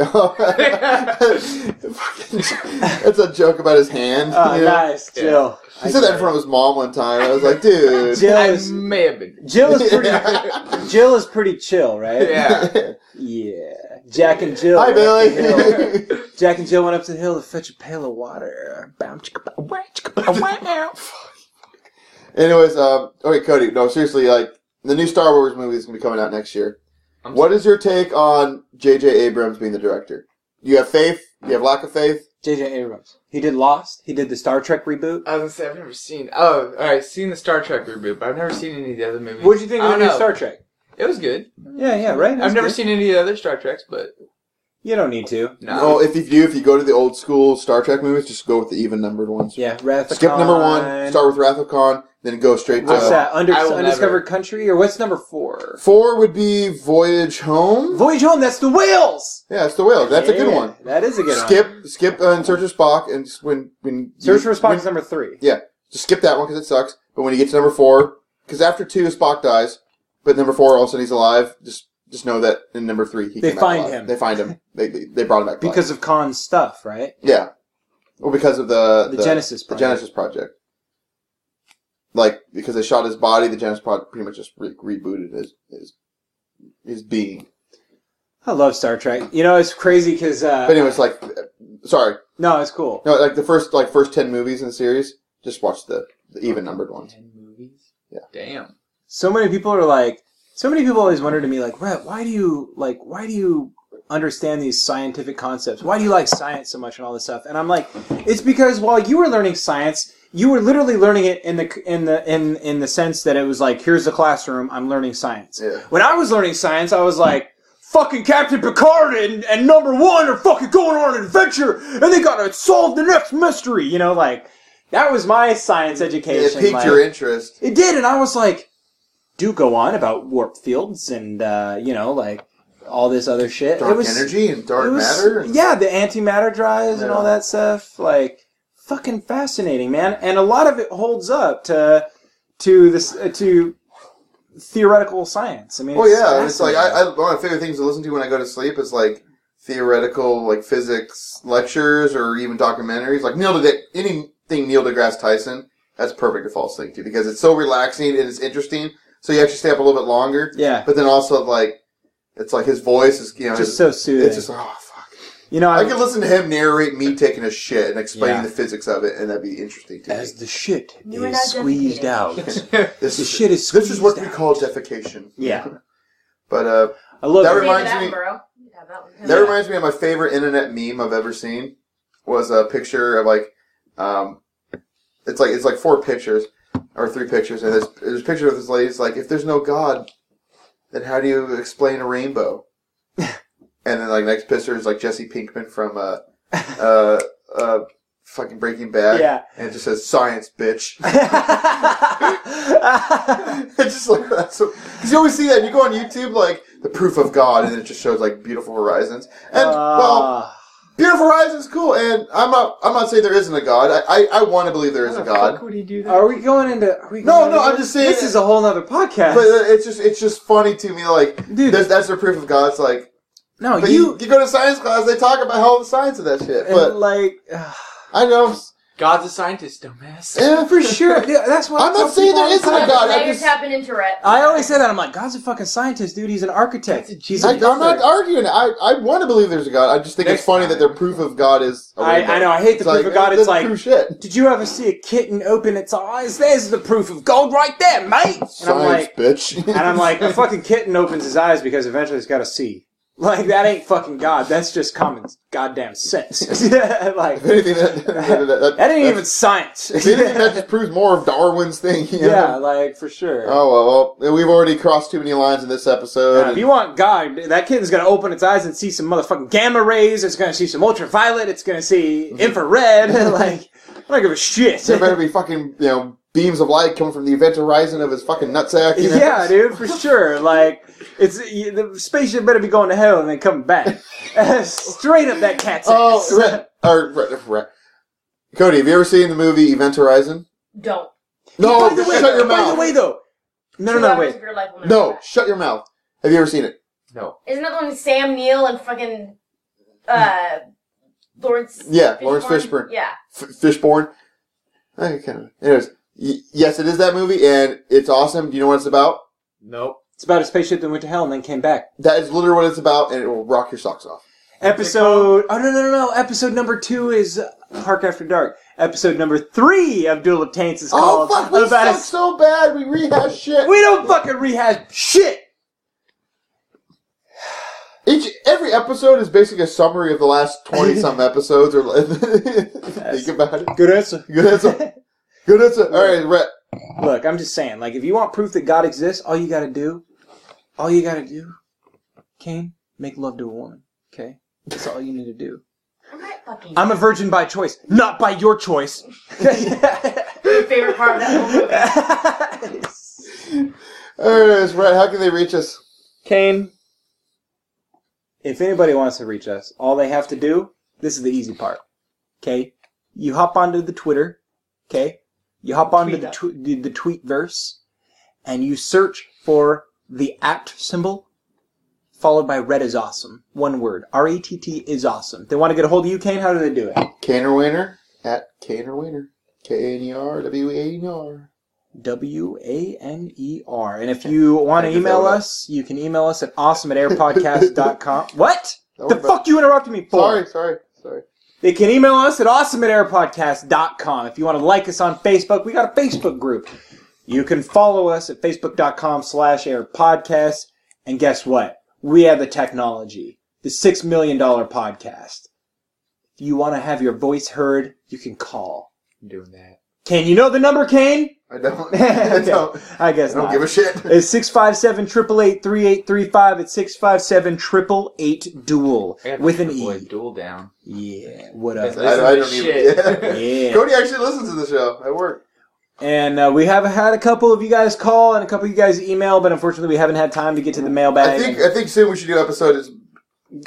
[SPEAKER 2] Fucking- That's a joke about his hand.
[SPEAKER 1] Oh,
[SPEAKER 2] you know?
[SPEAKER 1] nice,
[SPEAKER 3] Yeah.
[SPEAKER 1] Jill.
[SPEAKER 2] He said that in front of his mom one time. I was like, dude.
[SPEAKER 1] Jill
[SPEAKER 3] I
[SPEAKER 1] is
[SPEAKER 3] may have been.
[SPEAKER 1] Jill is pretty. Jill is pretty chill, right?
[SPEAKER 3] Yeah.
[SPEAKER 1] Yeah. Jack and Jill.
[SPEAKER 2] Hi,
[SPEAKER 1] went up the hill.
[SPEAKER 2] Billy.
[SPEAKER 1] Jack and Jill went up to the hill to fetch a pail of water. Bam, chicka, bow, wah, chicka, bow, wow.
[SPEAKER 2] Anyways, um, okay, Cody. No, seriously, like the new Star Wars movie is gonna be coming out next year.
[SPEAKER 3] I'm
[SPEAKER 2] What is your take on J.J. Abrams being the director? Do you have faith? Do you have lack of faith?
[SPEAKER 1] J.J. Abrams. He did Lost. He did the Star Trek reboot.
[SPEAKER 3] I was gonna say I've never seen. Oh, all right, seen the Star Trek reboot, but I've never seen any of the other movies.
[SPEAKER 1] What did you think
[SPEAKER 3] I
[SPEAKER 1] of
[SPEAKER 3] don't
[SPEAKER 1] the new
[SPEAKER 3] know.
[SPEAKER 1] Star Trek?
[SPEAKER 3] It was good.
[SPEAKER 1] Yeah, yeah, right. That's
[SPEAKER 3] I've never
[SPEAKER 1] good.
[SPEAKER 3] seen any of the other Star Treks, but
[SPEAKER 1] You don't need to.
[SPEAKER 3] no.
[SPEAKER 2] No, if you do, if you go to the old school Star Trek movies, just go with the even numbered ones.
[SPEAKER 1] Yeah, Wrath of
[SPEAKER 2] Skip number
[SPEAKER 1] Khan.
[SPEAKER 2] one, start with Wrath of Khan, then go straight to
[SPEAKER 1] What's that? Under,
[SPEAKER 3] I will
[SPEAKER 1] undiscovered
[SPEAKER 3] never-
[SPEAKER 1] country, or what's number four?
[SPEAKER 2] four. Would be Voyage Home.
[SPEAKER 1] Voyage home. That's the whales.
[SPEAKER 2] yeah, it's the whale. That's a good
[SPEAKER 1] Yeah,
[SPEAKER 2] one.
[SPEAKER 1] That is a good
[SPEAKER 2] skip,
[SPEAKER 1] one.
[SPEAKER 2] skip uh, in Search of Spock, and s- when when
[SPEAKER 1] Search
[SPEAKER 2] you-
[SPEAKER 1] for Spock
[SPEAKER 2] when-
[SPEAKER 1] is number three.
[SPEAKER 2] just skip that one because it sucks. But when you get to number four, because after two Spock dies, but number four all of a sudden he's alive. Just just know that in number three he
[SPEAKER 1] They
[SPEAKER 2] came out
[SPEAKER 1] find
[SPEAKER 2] alive.
[SPEAKER 1] him.
[SPEAKER 2] They find him. They they, they brought him back to life.
[SPEAKER 1] Because of Khan's stuff, right?
[SPEAKER 2] yeah, well because of the
[SPEAKER 1] The, Genesis
[SPEAKER 2] the
[SPEAKER 1] project.
[SPEAKER 2] Genesis project. Like because they shot his body, the Genesis project pretty much just re- rebooted his his his being.
[SPEAKER 1] I love Star Trek. You know, it's crazy because uh,
[SPEAKER 2] But anyway, it's like sorry,
[SPEAKER 1] no, it's cool.
[SPEAKER 2] no, like the first like first ten movies in the series. Just watch the, the even numbered ones.
[SPEAKER 3] Ten movies.
[SPEAKER 2] Yeah.
[SPEAKER 3] Damn.
[SPEAKER 1] So many people are like, so many people always wonder to me, like, Rhett, why do you like, why do you understand these scientific concepts? Why do you like science so much and all this stuff? And I'm like, it's because while you were learning science, you were literally learning it in the in the in in the sense that it was like, here's the classroom, I'm learning science.
[SPEAKER 2] Yeah.
[SPEAKER 1] When I was learning science, I was like, fucking Captain Picard and, and number one are fucking going on an adventure and they gotta solve the next mystery, you know, like that was my science education.
[SPEAKER 2] It piqued
[SPEAKER 1] like-
[SPEAKER 2] your interest.
[SPEAKER 1] it did, and I was like, do go on about warp fields and uh, you know, like all this other shit.
[SPEAKER 2] Dark
[SPEAKER 1] it was,
[SPEAKER 2] energy and dark
[SPEAKER 1] it was-
[SPEAKER 2] matter. And,
[SPEAKER 1] Yeah, the antimatter drives and all
[SPEAKER 2] Yeah.
[SPEAKER 1] that stuff. Like fucking fascinating, man. And a lot of it holds up to to this uh, to theoretical science. I mean,
[SPEAKER 2] Well, Oh, yeah, it's like I,
[SPEAKER 1] fascinating.
[SPEAKER 2] I one of my favorite things to listen to when I go to sleep is like theoretical like physics lectures or even documentaries. Like Neil deGrasse, anything Neil deGrasse Tyson, that's perfect to fall asleep to because it's so relaxing and it's interesting. So you actually stay up a little bit longer,
[SPEAKER 1] yeah,
[SPEAKER 2] but then also like it's like his voice is you know
[SPEAKER 1] just
[SPEAKER 2] his-
[SPEAKER 1] so soothing.
[SPEAKER 2] it's just oh fuck.
[SPEAKER 1] you know,
[SPEAKER 2] I
[SPEAKER 1] I,
[SPEAKER 2] could listen to him narrate me taking a shit and explaining
[SPEAKER 1] Yeah.
[SPEAKER 2] the physics of it, and that'd be interesting to me.
[SPEAKER 1] as the shit
[SPEAKER 4] You are
[SPEAKER 1] is
[SPEAKER 4] not
[SPEAKER 1] squeezed out,
[SPEAKER 4] dedicated.
[SPEAKER 1] the
[SPEAKER 2] This is
[SPEAKER 1] shit is squeezed
[SPEAKER 2] this is what
[SPEAKER 1] out.
[SPEAKER 2] we call defecation.
[SPEAKER 1] Yeah.
[SPEAKER 2] But uh,
[SPEAKER 1] I love
[SPEAKER 2] That
[SPEAKER 1] it.
[SPEAKER 4] David
[SPEAKER 2] reminds me-
[SPEAKER 4] Attenborough. You have that one.
[SPEAKER 2] That reminds me of my favorite internet meme I've ever seen. Was a picture of like, um, it's like it's like four pictures or three pictures, and there's there's a picture of this lady's like, if there's no God, then how do you explain a rainbow? and then like next picture is like Jesse Pinkman from uh, uh, uh, fucking Breaking Bad,
[SPEAKER 1] Yeah.
[SPEAKER 2] and it just says science, bitch. it's just like that's so because you always see that you go on YouTube like the proof of God, and it just shows like beautiful horizons, and well.
[SPEAKER 1] Ah.
[SPEAKER 2] Beautiful Horizon's cool, and I'm not. I'm not saying there isn't a god. I I, I want to believe there is a god,
[SPEAKER 3] would he do
[SPEAKER 1] Are we going into? Are we
[SPEAKER 2] No,
[SPEAKER 1] going
[SPEAKER 2] no,
[SPEAKER 1] into-
[SPEAKER 2] I'm just saying-
[SPEAKER 1] This is a whole nother podcast,
[SPEAKER 2] but uh, it's just it's just funny to me. Like
[SPEAKER 1] dude.
[SPEAKER 2] that's that's the proof of God. It's like,
[SPEAKER 1] no,
[SPEAKER 2] but
[SPEAKER 1] you,
[SPEAKER 2] you, you go to science class, they talk about all the science of that shit.
[SPEAKER 1] and
[SPEAKER 2] But
[SPEAKER 1] like uh,
[SPEAKER 2] I know,
[SPEAKER 3] God's a scientist, dumbass.
[SPEAKER 2] yeah,
[SPEAKER 1] for sure. Yeah, that's why
[SPEAKER 2] I'm not saying there isn't a god.
[SPEAKER 4] Now
[SPEAKER 2] I
[SPEAKER 4] you're
[SPEAKER 2] just
[SPEAKER 4] tapping into Rhett.
[SPEAKER 1] I always say that. I'm like, God's a fucking scientist, dude. He's an architect.
[SPEAKER 3] That's a
[SPEAKER 1] He's
[SPEAKER 2] I,
[SPEAKER 1] a
[SPEAKER 2] I'm not arguing. it. I I want to believe there's a god. I just think
[SPEAKER 3] Next
[SPEAKER 2] it's funny
[SPEAKER 3] time.
[SPEAKER 2] that their proof of God is. a
[SPEAKER 1] I,
[SPEAKER 2] rainbow.
[SPEAKER 1] I know. I hate the
[SPEAKER 2] It's
[SPEAKER 1] proof
[SPEAKER 2] like,
[SPEAKER 1] of God.
[SPEAKER 2] that's
[SPEAKER 1] It's like,
[SPEAKER 2] true shit.
[SPEAKER 1] did you ever see a kitten open its eyes? There's the proof of gold right there, mate. And I'm
[SPEAKER 2] Science,
[SPEAKER 1] like,
[SPEAKER 2] bitch.
[SPEAKER 1] and I'm like, a fucking kitten opens his eyes because eventually it's got to see. Like that ain't fucking God. That's just common goddamn sense. like
[SPEAKER 2] if anything, that, that, that,
[SPEAKER 1] that ain't
[SPEAKER 2] that-
[SPEAKER 1] even science.
[SPEAKER 2] if anything, that just proves more of Darwin's thing. you know?
[SPEAKER 1] Yeah, like for sure.
[SPEAKER 2] Oh well, well, we've already crossed too many lines in this episode.
[SPEAKER 1] Yeah, if
[SPEAKER 2] and-
[SPEAKER 1] you want God, that kitten's gonna open its eyes and see some motherfucking gamma rays. It's gonna see some ultraviolet. It's gonna see infrared. like I don't give a shit.
[SPEAKER 2] there Mm-hmm. better be fucking you know beams of light coming from the event horizon of his fucking nutsack. You know?
[SPEAKER 1] Yeah, dude, for sure. Like it's you, the spaceship better be going to hell and then coming back. Straight up that cat's
[SPEAKER 2] Oh,
[SPEAKER 1] ass.
[SPEAKER 2] re- or, re- re- Cody, have you ever seen the movie Event Horizon?
[SPEAKER 4] Don't.
[SPEAKER 2] No,
[SPEAKER 1] by the way,
[SPEAKER 2] shut your
[SPEAKER 1] by
[SPEAKER 2] mouth.
[SPEAKER 1] the way, though. No, no,
[SPEAKER 4] Two
[SPEAKER 1] no,
[SPEAKER 4] hours
[SPEAKER 1] wait.
[SPEAKER 4] of your life will never come
[SPEAKER 2] no,
[SPEAKER 4] back.
[SPEAKER 2] shut your mouth. Have you ever seen it?
[SPEAKER 3] No.
[SPEAKER 4] Isn't that the one with Sam Neill and fucking uh Lawrence?
[SPEAKER 2] Yeah, Lawrence Fishburne.
[SPEAKER 4] Yeah.
[SPEAKER 2] F- Fishborn. Okay. Anyways, y- yes, it is that movie, and it's awesome. Do you know what it's about?
[SPEAKER 3] Nope.
[SPEAKER 1] It's about a spaceship that went to hell and then came back.
[SPEAKER 2] That is literally what it's about, and it will rock your socks off.
[SPEAKER 1] Episode. Oh, no, no, no, no. Episode number two is uh, Park After Dark. Episode number three of Duel of Taints is
[SPEAKER 2] Oh
[SPEAKER 1] called.
[SPEAKER 2] fuck, we
[SPEAKER 1] about a
[SPEAKER 2] suck so bad. We rehash shit.
[SPEAKER 1] We don't fucking rehash shit.
[SPEAKER 2] Each every episode is basically a summary of the last twenty some episodes, or think about it.
[SPEAKER 1] Good answer.
[SPEAKER 2] Good answer. Good answer. All right, Rhett.
[SPEAKER 1] Look, I'm just saying, like, if you want proof that God exists, all you gotta do, all you gotta do, Cain, make love to a woman. Okay? That's all you need to do.
[SPEAKER 4] I'm not fucking.
[SPEAKER 1] I'm a virgin by choice, not by your choice.
[SPEAKER 4] Your favorite part of that whole movie.
[SPEAKER 2] All right, it's Rhett. How can they reach us?
[SPEAKER 1] Cain, if anybody wants to reach us, all they have to do, this is the easy part. Okay? You hop onto the Twitter. Okay? You hop onto
[SPEAKER 3] Tweet
[SPEAKER 1] the,
[SPEAKER 3] up.
[SPEAKER 1] tw- the, the tweet verse and you search for the at symbol followed by red is awesome. One word. R-E-T-T is awesome. They want to get a hold of you, Kane? How do they do it?
[SPEAKER 2] Caner Wainer at Caner Wainer. K A N E R W A N E R.
[SPEAKER 1] W-A-N-E-R. E And if you want
[SPEAKER 2] I
[SPEAKER 1] to
[SPEAKER 2] did that
[SPEAKER 1] email
[SPEAKER 2] one.
[SPEAKER 1] us, you can email us at awesome at airpodcast.com. what?
[SPEAKER 2] Don't
[SPEAKER 1] The
[SPEAKER 2] worry about
[SPEAKER 1] fuck you interrupted me
[SPEAKER 2] it.
[SPEAKER 1] for?
[SPEAKER 2] Sorry, sorry, sorry.
[SPEAKER 1] They can email us at awesome at airpodcast.com. If you want to like us on Facebook, we got a Facebook group. You can follow us at facebook.com slash airpodcast. And guess what? We have the technology. The six million dollar podcast. If you want to have your voice heard, you can call.
[SPEAKER 3] I'm doing that.
[SPEAKER 1] Can you know the number, Kane?
[SPEAKER 2] I don't. I
[SPEAKER 1] Okay.
[SPEAKER 2] don't.
[SPEAKER 1] I guess
[SPEAKER 2] I don't
[SPEAKER 1] not.
[SPEAKER 2] give a shit.
[SPEAKER 1] It's 657 888 3835. It's 657 888 Duel
[SPEAKER 3] I got
[SPEAKER 1] with an
[SPEAKER 3] Boy,
[SPEAKER 1] E.
[SPEAKER 3] duel down.
[SPEAKER 1] Yeah, what
[SPEAKER 3] That's
[SPEAKER 1] up?
[SPEAKER 2] I, I don't
[SPEAKER 3] Listen to
[SPEAKER 2] even.
[SPEAKER 3] shit.
[SPEAKER 2] Yeah.
[SPEAKER 1] Yeah.
[SPEAKER 2] Cody actually listens to the show at work.
[SPEAKER 1] And uh, we have had a couple of you guys call and a couple of you guys email, but unfortunately we haven't had time to get to the
[SPEAKER 2] I
[SPEAKER 1] mailbag.
[SPEAKER 2] think.
[SPEAKER 1] and
[SPEAKER 2] I think soon we should do an episode. Is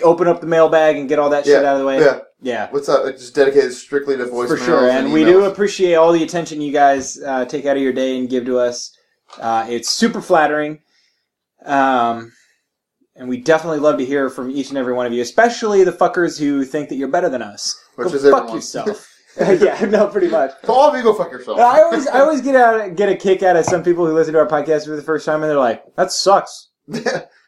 [SPEAKER 1] open up the mailbag and get all that shit out of the way.
[SPEAKER 2] yeah.
[SPEAKER 1] Yeah,
[SPEAKER 2] What's up? It's just dedicated strictly to voicemails.
[SPEAKER 1] for sure. And, we do
[SPEAKER 2] emails.
[SPEAKER 1] appreciate all the attention you guys uh, take out of your day and give to us. Uh, it's super flattering. Um, and we definitely love to hear from each and every one of you, especially the fuckers who think that you're better than us.
[SPEAKER 2] Which
[SPEAKER 1] go
[SPEAKER 2] is
[SPEAKER 1] fuck
[SPEAKER 2] everyone.
[SPEAKER 1] yourself. yeah, no, pretty much.
[SPEAKER 2] So all of you go fuck yourself.
[SPEAKER 1] I always, I always get out, get a kick out of some people who listen to our podcast for the first time, and they're like, "That sucks."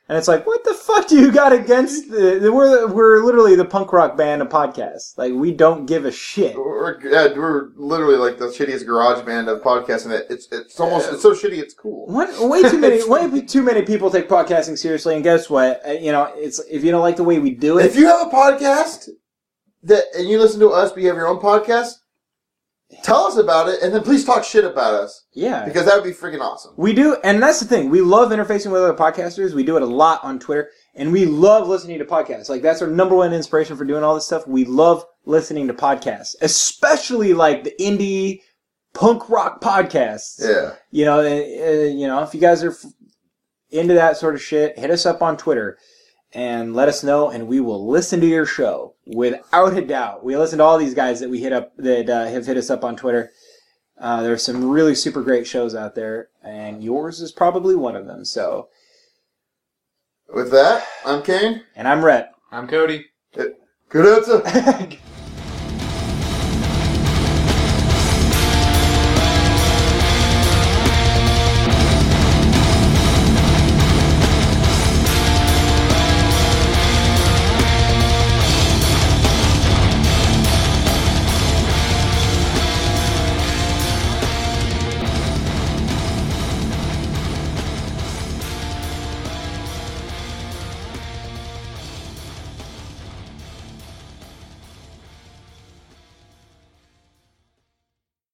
[SPEAKER 1] And it's like, what the fuck do you got against the? We're we're literally the punk rock band of podcasts. Like we don't give a shit.
[SPEAKER 2] we're, yeah, we're literally like the shittiest garage band of podcasting. That it's it's almost it's so shitty it's cool.
[SPEAKER 1] What, way too many, way too many people take podcasting seriously. And guess what? Uh, You know, it's if you don't like the way we do it,
[SPEAKER 2] If you have a podcast that and you listen to us, but you have your own podcast, tell us about it, and then please talk shit about us
[SPEAKER 1] yeah,
[SPEAKER 2] because that would be freaking awesome.
[SPEAKER 1] We do, and that's the thing. We love interfacing with other podcasters. We do it a lot on Twitter, and we love listening to podcasts. Like that's our number one inspiration for doing all this stuff. We love listening to podcasts, especially like the indie punk rock podcasts.
[SPEAKER 2] Yeah,
[SPEAKER 1] You know, and, uh, you know, if you guys are f- into that sort of shit, hit us up on Twitter and let us know, and we will listen to your show without a doubt. We listen to all these guys that we hit up that uh, have hit us up on Twitter. Uh, there are some really super great shows out there, and yours is probably one of them. So,
[SPEAKER 2] with that, I'm Kane.
[SPEAKER 1] and I'm Rhett.
[SPEAKER 3] I'm Cody.
[SPEAKER 2] Good answer.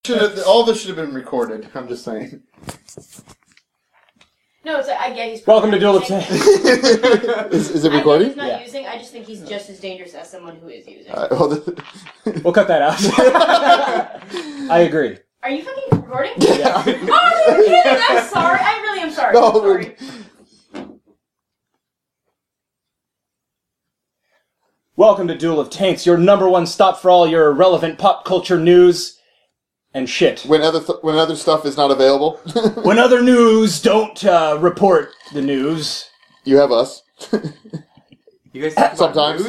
[SPEAKER 2] Should have, all this should have been recorded. I'm just saying.
[SPEAKER 4] No, it's I get he's.
[SPEAKER 1] Welcome to Duel of
[SPEAKER 4] Tanks.
[SPEAKER 1] Tanks.
[SPEAKER 2] is, is it recording?
[SPEAKER 4] He's not
[SPEAKER 1] Yeah.
[SPEAKER 4] using. I just think he's just as dangerous as someone who is using.
[SPEAKER 2] All right, hold it.
[SPEAKER 1] We'll cut that out. I agree.
[SPEAKER 4] Are you fucking recording? Oh, I'm kidding. I'm sorry. I really am sorry.
[SPEAKER 2] No,
[SPEAKER 4] I'm sorry.
[SPEAKER 1] Welcome to Duel of Tanks, your number one stop for all your irrelevant pop culture news and shit.
[SPEAKER 2] when other th- when other stuff is not available,
[SPEAKER 1] When other news don't uh, report the news.
[SPEAKER 2] you have us.
[SPEAKER 3] You guys talk about
[SPEAKER 2] Sometimes.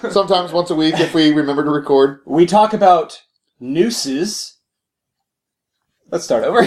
[SPEAKER 3] news?
[SPEAKER 2] Sometimes once a week if we remember to record.
[SPEAKER 1] We talk about nooses. Let's start over.